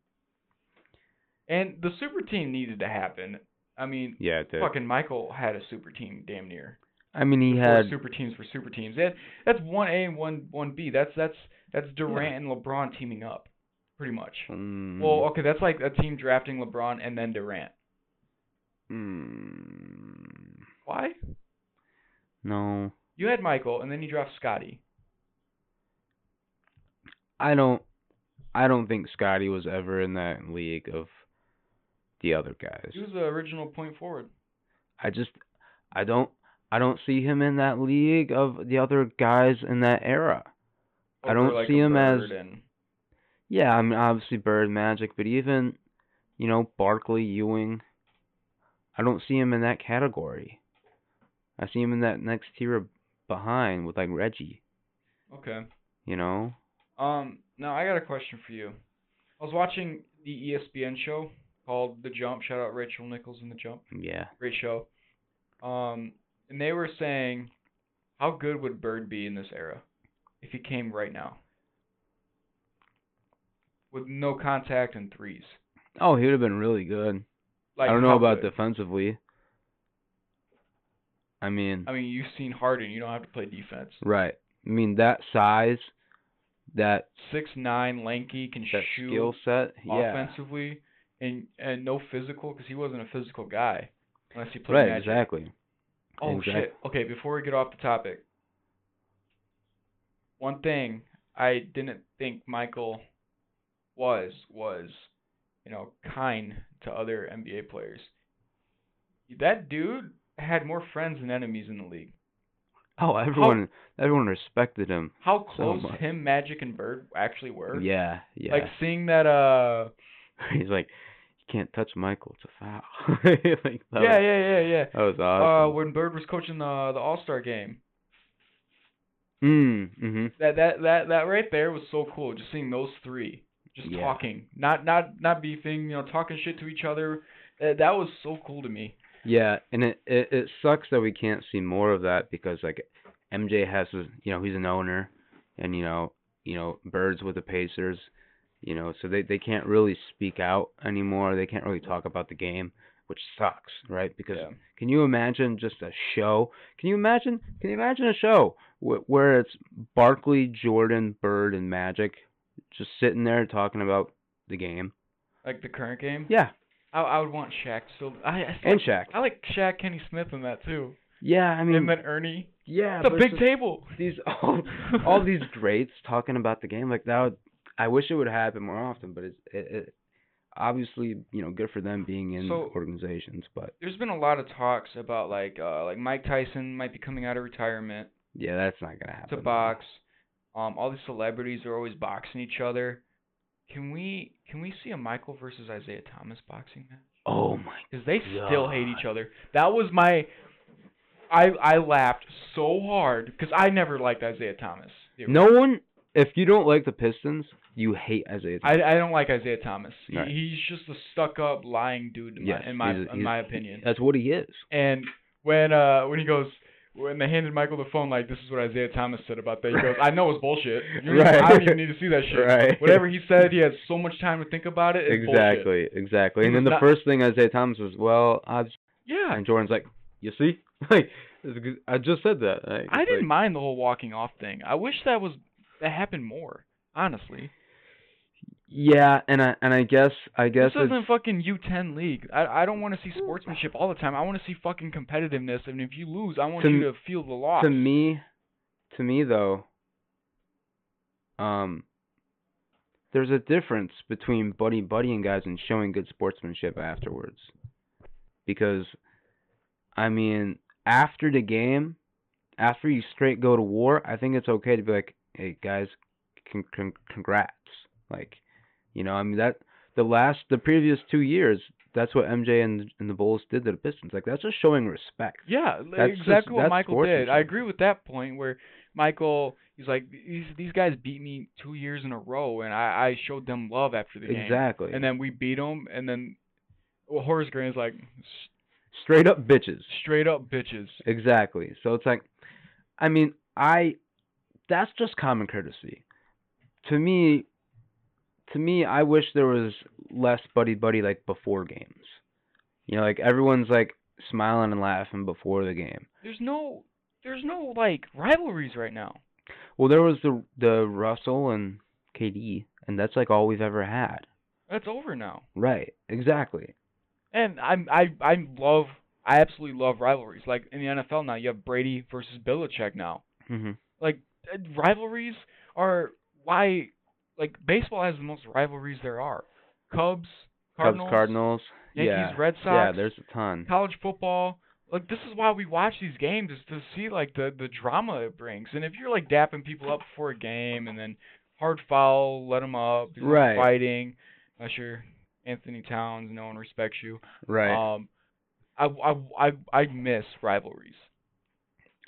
And the super team needed to happen. I mean, yeah, it did. fucking Michael had a super team damn near. I mean, he Four had super teams for super teams. That that's one A and one one B. That's that's that's Durant and LeBron teaming up, pretty much. Mm, Well, okay, that's like a team drafting LeBron and then Durant. mm, Why? no, You had Michael and then you draft Scotty. I don't. I don't think Scotty was ever in that league of the other guys. He was the original point forward. I just, I don't, I don't see him in that league of the other guys in that era. I over, don't like, see a him as- Bird and- Yeah, I mean, obviously Bird, Magic, but even, you know, Barkley, Ewing. I don't see him in that category. I see him in that next tier ab- behind with like Reggie, Okay. you know? Um, now I got a question for you. I was watching the E ESPN show called The Jump. Shout out Rachel Nichols in The Jump. Yeah. Great show. Um, and they were saying, how good would Bird be in this era if he came right now? With no contact and threes. Oh, he would have been really good. Like I don't know how about good? defensively. I mean, I mean, you've seen Harden. You don't have to play defense. right. I mean that size, that Six nine, lanky, can that shoot. skill set. Yeah. offensively and and no physical because he wasn't a physical guy unless he played Right. Magic. Exactly. Oh exact- shit. Okay, before we get off the topic, one thing I didn't think Michael was was you know kind to other NBA players. That dude had more friends than enemies in the league. Oh, everyone, everyone respected him. How So close much. him, Magic, and Bird actually were. Oh, Yeah. Yeah. Like seeing that uh He's like, you can't touch Michael. It's a foul. like, that yeah was, yeah yeah yeah That was uh, awesome. when Bird was coaching the the All Star game. mm, hmm That that that that right there was so cool. Just seeing those three just Yeah. talking, not not not beefing, you know, talking shit to each other. That that was so cool to me. Yeah, and it, it it sucks that we can't see more of that because like MJ has his, you know, he's an owner and you know, you know, Birds with the Pacers, you know, so they they can't really speak out anymore. They can't really talk about the game, which sucks, right? Because Yeah. can you imagine just a show? Can you imagine can you imagine a show wh- where it's Barkley, Jordan, Bird and Magic just sitting there talking about the game? Like the current game. Yeah, I I would want Shaq still. I I, still and like, Shaq. I like Shaq, Kenny Smith in that too. Yeah, I mean and then Ernie. yeah, the but big just- table. these all all these greats talking about the game like that would, I wish it would happen more often but it's it, it obviously you know good for them being in So- organizations but There's been a lot of talks about like uh like Mike Tyson might be coming out of retirement. yeah that's not gonna to happen box. Um, all these celebrities are always boxing each other. Can we can we see a Michael versus Isaiah Thomas boxing match? oh my Because they still hate God. each other. That was my. I I laughed so hard because I never liked Isaiah Thomas. dude. no one if you don't like the Pistons you hate Isaiah I Thomas. I don't like Isaiah Thomas. He, Right. He's just a stuck up lying dude in Yes, my in my, he's- in he's- my opinion. that's what he is And when uh when he goes when they handed Michael the phone like this is what Isaiah Thomas said about that he goes I know it's bullshit. You don't even- I don't even need to see that shit. right Whatever he said, he had so much time to think about it. It's Bullshit. exactly exactly He and then was the not- first thing Isaiah Thomas was well I've Yeah, and Jordan's like you see like it's good- I just said that Like, I it's like- didn't mind the whole walking off thing. I wish that was that happened more. Honestly, yeah and I and I guess I guess this it's, isn't fucking U10 league. I I don't want to see sportsmanship all the time. I want to see fucking competitiveness. And if you lose, I want To you m- to feel the loss. to me to me though um there's a difference between buddy buddying guys and showing good sportsmanship afterwards because i mean after the game after you straight go to war i think it's okay to be like hey guys con- con- congrats like you know i mean that the last the previous two years that's what mj and, and the bulls did to the pistons like that's just showing respect Yeah, li- That's just- exactly what that's Michael did. I sportsmanship. agree with that point where Michael he's like these these guys beat me two years in a row, and I I showed them love after the game. exactly And then we beat them, and then well, Horace Grant's like straight up bitches straight up bitches. Exactly. So it's like, I mean, I, that's just common courtesy. To me, to me, I wish there was less buddy buddy like before games. You know, like everyone's like smiling and laughing before the game. There's no there's no like rivalries right now. Well, there was the the Russell and KD, and that's like all we've ever had. That's over now. Right. Exactly. And I'm I I love I absolutely love rivalries. Like in the NFL now, you have Brady versus Belichick now. hmm like uh, rivalries are why like baseball has the most rivalries there are. Cubs, Cardinals, Cubs, Cardinals. Yankees, yeah. Red Sox, Yeah. There's a ton. Mm-hmm. college football. Like this is why we watch these games is to see like the the drama it brings. And if you're like dapping people up before a game and then hard foul, let them up, there's no Right. fighting, unless you're Anthony Towns, no one Um, respects you. Right. Um, I I I I miss rivalries.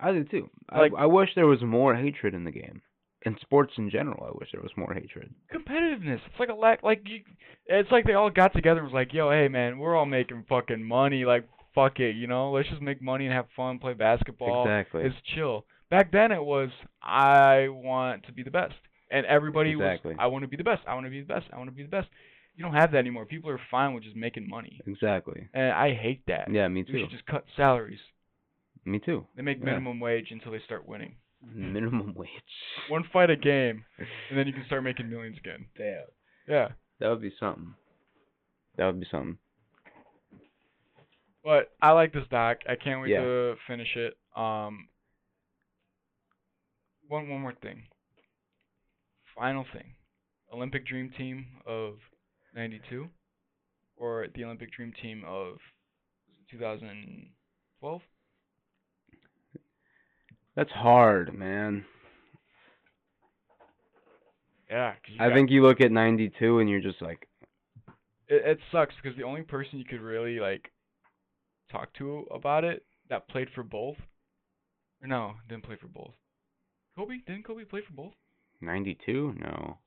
I do too. Like- I, I wish there was more hatred in the game. In sports in general, I wish there was more hatred. competitiveness. It's like a lack. Like you, it's like they all got together and was like, "Yo, hey man, we're all making fucking money. Like fuck it, you know, let's just make money and have fun, play basketball. exactly. It's chill." Back then, it was I want to be the best, and everybody Exactly. was I want to be the best. I want to be the best. I want to be the best. You don't have that anymore. People are fine with just making money, Exactly. and I hate that. Yeah, me We too. should just cut salaries. Me too. They make Yeah. minimum wage until they start winning. Minimum wage. One fight a game, and then you can start making millions again. Damn. Yeah. That would be something. That would be something. But I like this doc. I can't wait Yeah. to finish it. Um, one one more thing. Final thing, Olympic Dream Team of '92, or the Olympic Dream Team of 2012. That's hard, man. Yeah, I think you look at 92 and you're just like, it, it sucks because the only person you could really like talk to about it that played for both, or no, didn't play for both. Kobe didn't Kobe play for both? 92? No.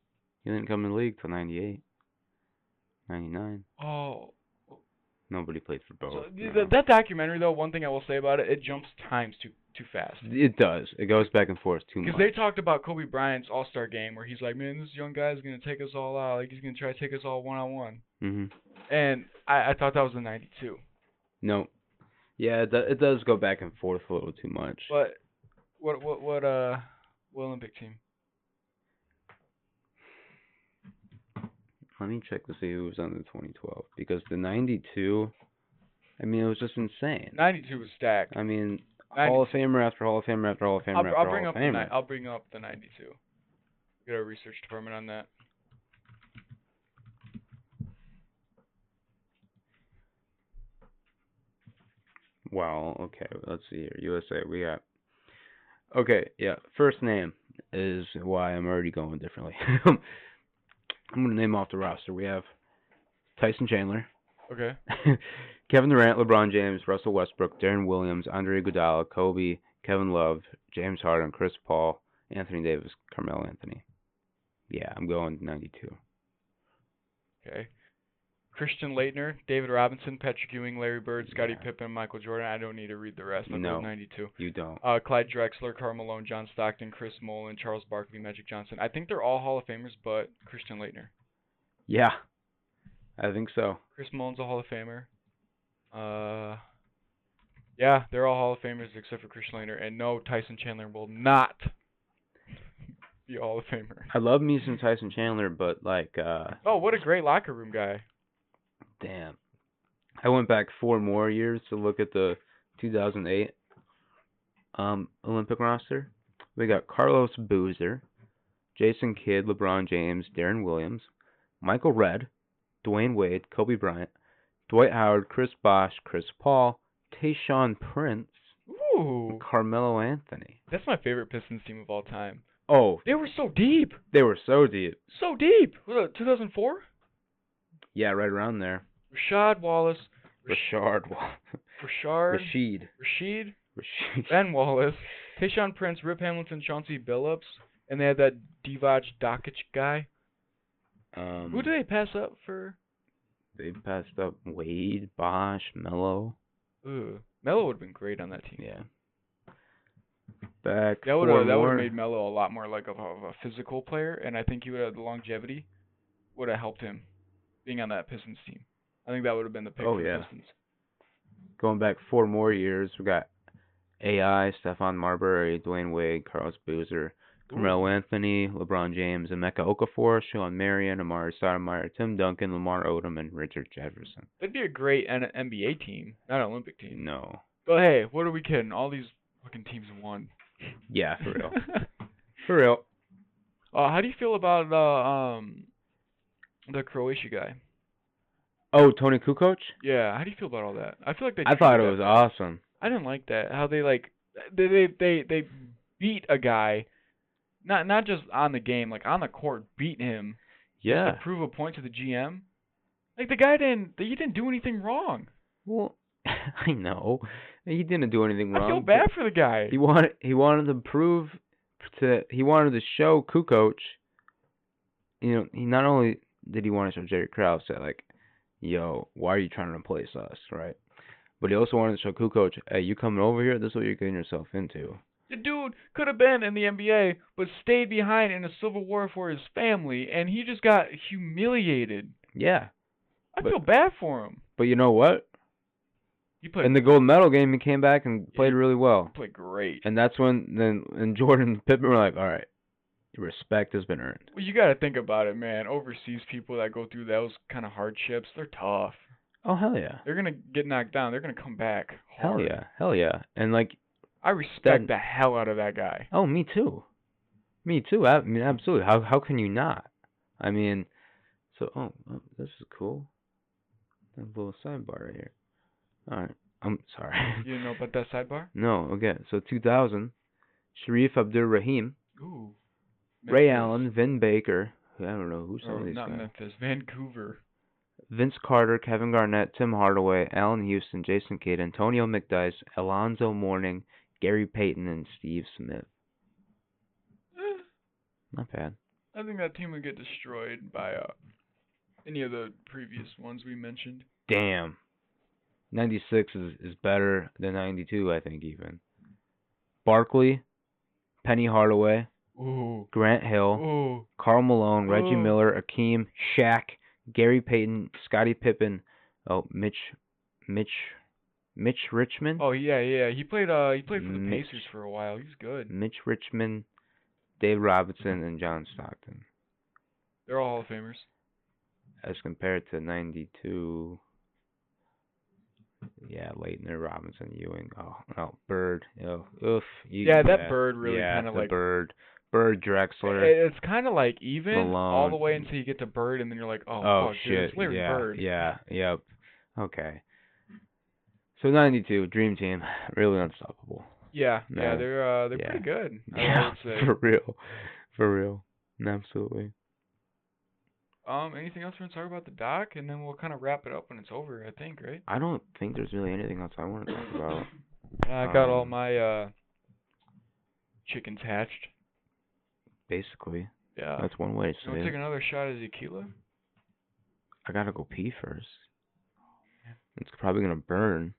He didn't come in the league till 98. 99. Oh. Nobody played for both. So, th- no. th- that documentary, though, one thing I will say about it, it jumps times too too fast. It does. It goes back and forth too much. Because they talked about Kobe Bryant's All Star game, where he's like, "Man, this young guy's gonna take us all out. Like he's gonna try to take us all one on one." hmm And I, I thought that was the '92, No. Yeah, it, do- it does go back and forth a little too much. but what what what uh what Olympic team? Let me check to see who was on the 2012 because the 92. I mean, it was just insane. '92 was stacked. I mean, 90 Hall of Famer after Hall of Famer after Hall of Famer I'll, after I'll bring Hall up of the ni- Famer. I'll bring up the '92. Get our research department on that. Well, okay, let's see here. USA, we got. Okay, yeah. First name is why I'm already going differently. I'm gonna name off the roster. We have Tyson Chandler, Okay. Kevin Durant, LeBron James, Russell Westbrook, Darren Williams, Andre Iguodala, Kobe, Kevin Love, James Harden, Chris Paul, Anthony Davis, Carmelo Anthony. Yeah, I'm going 92. Okay. Christian Leitner, David Robinson, Patrick Ewing, Larry Bird, Scottie Yeah. Pippen, Michael Jordan. I don't need to read the rest. I'll No. go with 92. You don't. Uh, Clyde Drexler, Karl Malone, John Stockton, Chris Mullen, Charles Barkley, Magic Johnson. I think they're all Hall of Famers, but Christian Leitner. Yeah, I think so. Chris Mullen's a Hall of Famer. Uh, yeah, they're all Hall of Famers except for Christian Leitner. And no, Tyson Chandler will not be a Hall of Famer. I love me some Tyson Chandler, but like, uh, Oh, what a great locker room guy. damn, I went back four more years to look at the 2008 um, Olympic roster. We got Carlos Boozer, Jason Kidd, LeBron James, Darren Williams, Michael Redd, Dwayne Wade, Kobe Bryant, Dwight Howard, Chris Bosh, Chris Paul, Tayshawn Prince, Ooh, Carmelo Anthony. that's my favorite Pistons team of all time. Oh, They were so deep. they were so deep. So deep. Was it 2004? Yeah, right around there. Rashad Wallace, Rashard, Wa- Rashard, Rashid, Rashid, Rashid. Ben Wallace, Tayshawn Prince, Rip Hamilton, Chauncey Billups, and they had that Divac Dokic guy. Um, Who do they pass up for? They passed up Wade, Bosch, Mello. Ooh, Melo would have been great on that team. Yeah. Back. That would four have that would more. have made Melo a lot more like of a, of a physical player, and I think he would have the longevity would have helped him being on that Pistons team. I think that would have been the pick Oh, for the yeah. Pistons. Going back four more years, we got AI, Stefan Marbury, Dwayne Wade, Carlos Boozer, Carmelo Anthony, LeBron James, Emeka Okafor, Sean Marion, Amari Sotomayor, Tim Duncan, Lamar Odom, and Richard Jefferson. That'd be a great N- NBA team, not an Olympic team. No. But hey, what are we kidding? All these fucking teams won. Yeah, for real. for real. uh, how do you feel about uh, um the Croatia guy? Oh, Tony Kukoc? Yeah, how do you feel about all that? I feel like they. I thought it was treated that- awesome. I didn't like that. How they like they they they, they beat a guy. Not not just on the game, like on the court, beat him Yeah. to prove a point to the GM. Like the guy didn't, he didn't do anything wrong. Well, I know. He didn't do anything I wrong. feel but bad for the guy. He wanted he wanted to prove to he wanted to show Kukoc. You know, he not only did he want to show Jerry Krause that like, yo, why are you trying to replace us, right? But he also wanted to show Kukoc, hey, you coming over here? This is what you're getting yourself into. The dude could have been in the NBA, but stayed behind in a civil war for his family, and he just got humiliated. Yeah, I But- feel bad for him. but you know what? He played, In the gold medal game, he came back and Yeah. played really well. played great. And that's when then and Jordan and Pippen were like, all right, respect has been earned. Well, you got to think about it, man. Overseas people that go through those kind of hardships, they're tough. Oh hell yeah, They're gonna get knocked down. They're gonna come back. hell hard. yeah, hell yeah. And like I respect Then- the hell out of that guy. Oh, me too. Me too. I mean, absolutely. How how can you not? I mean, so oh, oh this is cool. A little sidebar right here. All right. I'm sorry. You didn't know about that sidebar? no. Okay. So 2000, Sharif Abdur Rahim, Ooh. Ray Memphis. Allen, Vin Baker. I don't know who's some Oh, of these not guys. Memphis, Vancouver. Vince Carter, Kevin Garnett, Tim Hardaway, Allen Houston, Jason Kidd, Antonio McDice, Alonzo Mourning, Gary Payton, and Steve Smith. Eh, Not bad. I think that team would get destroyed by uh, any of the previous ones we mentioned. damn. 96 is, is better than 92, I think, even. Barkley, Penny Hardaway, Ooh. Grant Hill, Ooh. Carl Malone, Reggie Ooh. Miller, Akeem, Shaq, Gary Payton, Scottie Pippen, oh, Mitch, Mitch, Mitch Richmond? Oh yeah, yeah. He played. Uh, he played for the Mitch. Pacers for a while. He was good. Mitch Richmond, Dave Robinson, and John Stockton. They're all Hall of Famers. As compared to 92, yeah, Leitner, Robinson, Ewing, oh, no, Bird, oh, oof. you- Yeah, that Bird really yeah, kind of the like. Bird, Bird Drexler. It- It's kind of like even all the Malone. way until you get to Bird, and then you're like, oh, oh fuck, dude, shit! it's Larry yeah, Bird. yeah, yep. Okay. So '92 Dream Team, really unstoppable. Yeah, yeah, No. they're uh, they're Yeah. pretty good. I would say. for real, for real, absolutely. Um, anything else we want to talk about the doc, and then we'll kind of wrap it up when it's over, I think, right? I don't think there's really anything else I want to talk about. I got all Um, my uh chickens hatched. Basically, Yeah. that's one way to Uh, You say want to take it. another shot at tequila? I gotta go pee first. Oh, It's probably gonna burn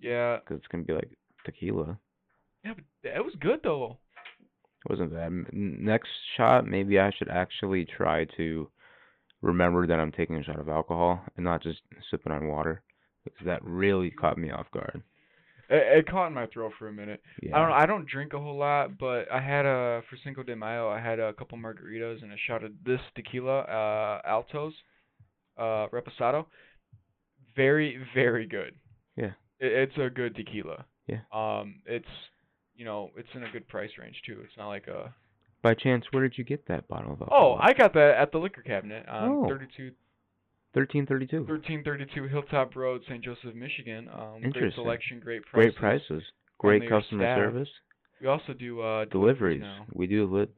Yeah. because it's gonna be like tequila. Yeah, but that was good though. wasn't bad. M- Next shot, maybe I should actually try to remember that I'm taking a shot of alcohol and not just sipping on water because that really caught me off guard. It, it caught in my throat for a minute. Yeah. I don't. I don't drink a whole lot, but I had a for Cinco de Mayo. I had a couple margaritas and a shot of this tequila, uh, Altos, uh, Reposado. Very, very good. Yeah. It, it's a good tequila. Yeah. Um, it's, you know, it's in a good price range too. It's not like a. By chance, where did you get that bottle of Oh, alcohol? I got that at the liquor cabinet on Oh. thirty two 1332. thirteen thirty two Hilltop Road, St. Joseph, Michigan. Um, great Interesting. selection, great prices. Great prices, great their customer staff. service, We also do uh deliveries. now. We do li-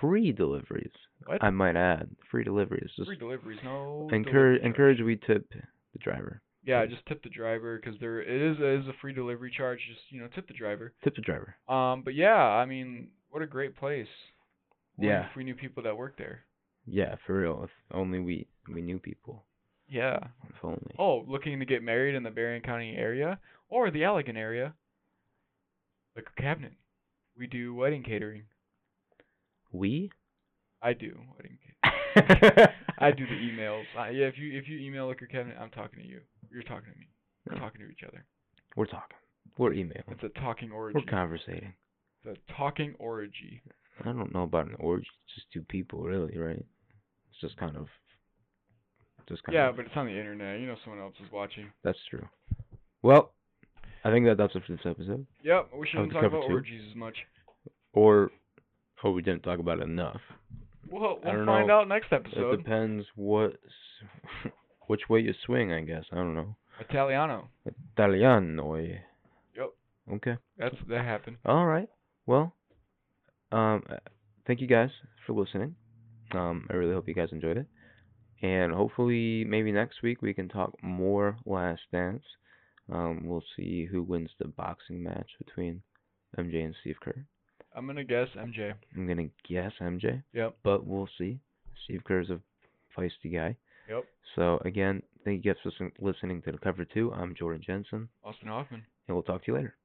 free deliveries. What? I might add, free deliveries. Just Free deliveries, no. delivery encourage charge. encourage we tip the driver. Yeah, please. just tip the driver because there it is it is a free delivery charge. Just you know, tip the driver. Tip the driver. Um, but yeah, I mean, what a great place. What Yeah. If we knew people that work there. Yeah, for real. If only we we knew people. Yeah. If only. Oh, looking to get married in the Berrien County area or the Allegan area. Liquor cabinet. We do wedding catering. We? I do wedding. Catering. I I do the emails. I, yeah, if you if you email liquor cabinet, I'm talking to you. You're talking to me. We're Yeah. talking to each other. We're talking. We're emailing. It's a talking orgy. We're conversating. It's a talking orgy. I don't know about an orgy. It's just two people, really, right? It's just kind of. Just kind Yeah, of. but it's on the internet. You know, someone else is watching. That's true. Well, I think that that's it for this episode. Yep, we shouldn't the talk cover about too. orgies as much. Or, oh, we didn't talk about it enough. Well, we'll don't find know. out next It episode. depends what, s- which way you swing, I guess. I don't know. Italiano. Italiano. eh? Yep. Okay. That's that happened. All right. Well, um, uh, thank you guys for listening. Um, I really hope you guys enjoyed it, and hopefully, maybe next week we can talk more Last Dance. Um, we'll see who wins the boxing match between MJ and Steve Kerr. I'm gonna guess MJ. I'm gonna guess MJ, Yep. but we'll see. Steve Kerr's a feisty guy. Yep. So again, thank you guys for listen- listening to the cover two. I'm Jordan Jensen, Austin Hoffman. and we'll talk to you later.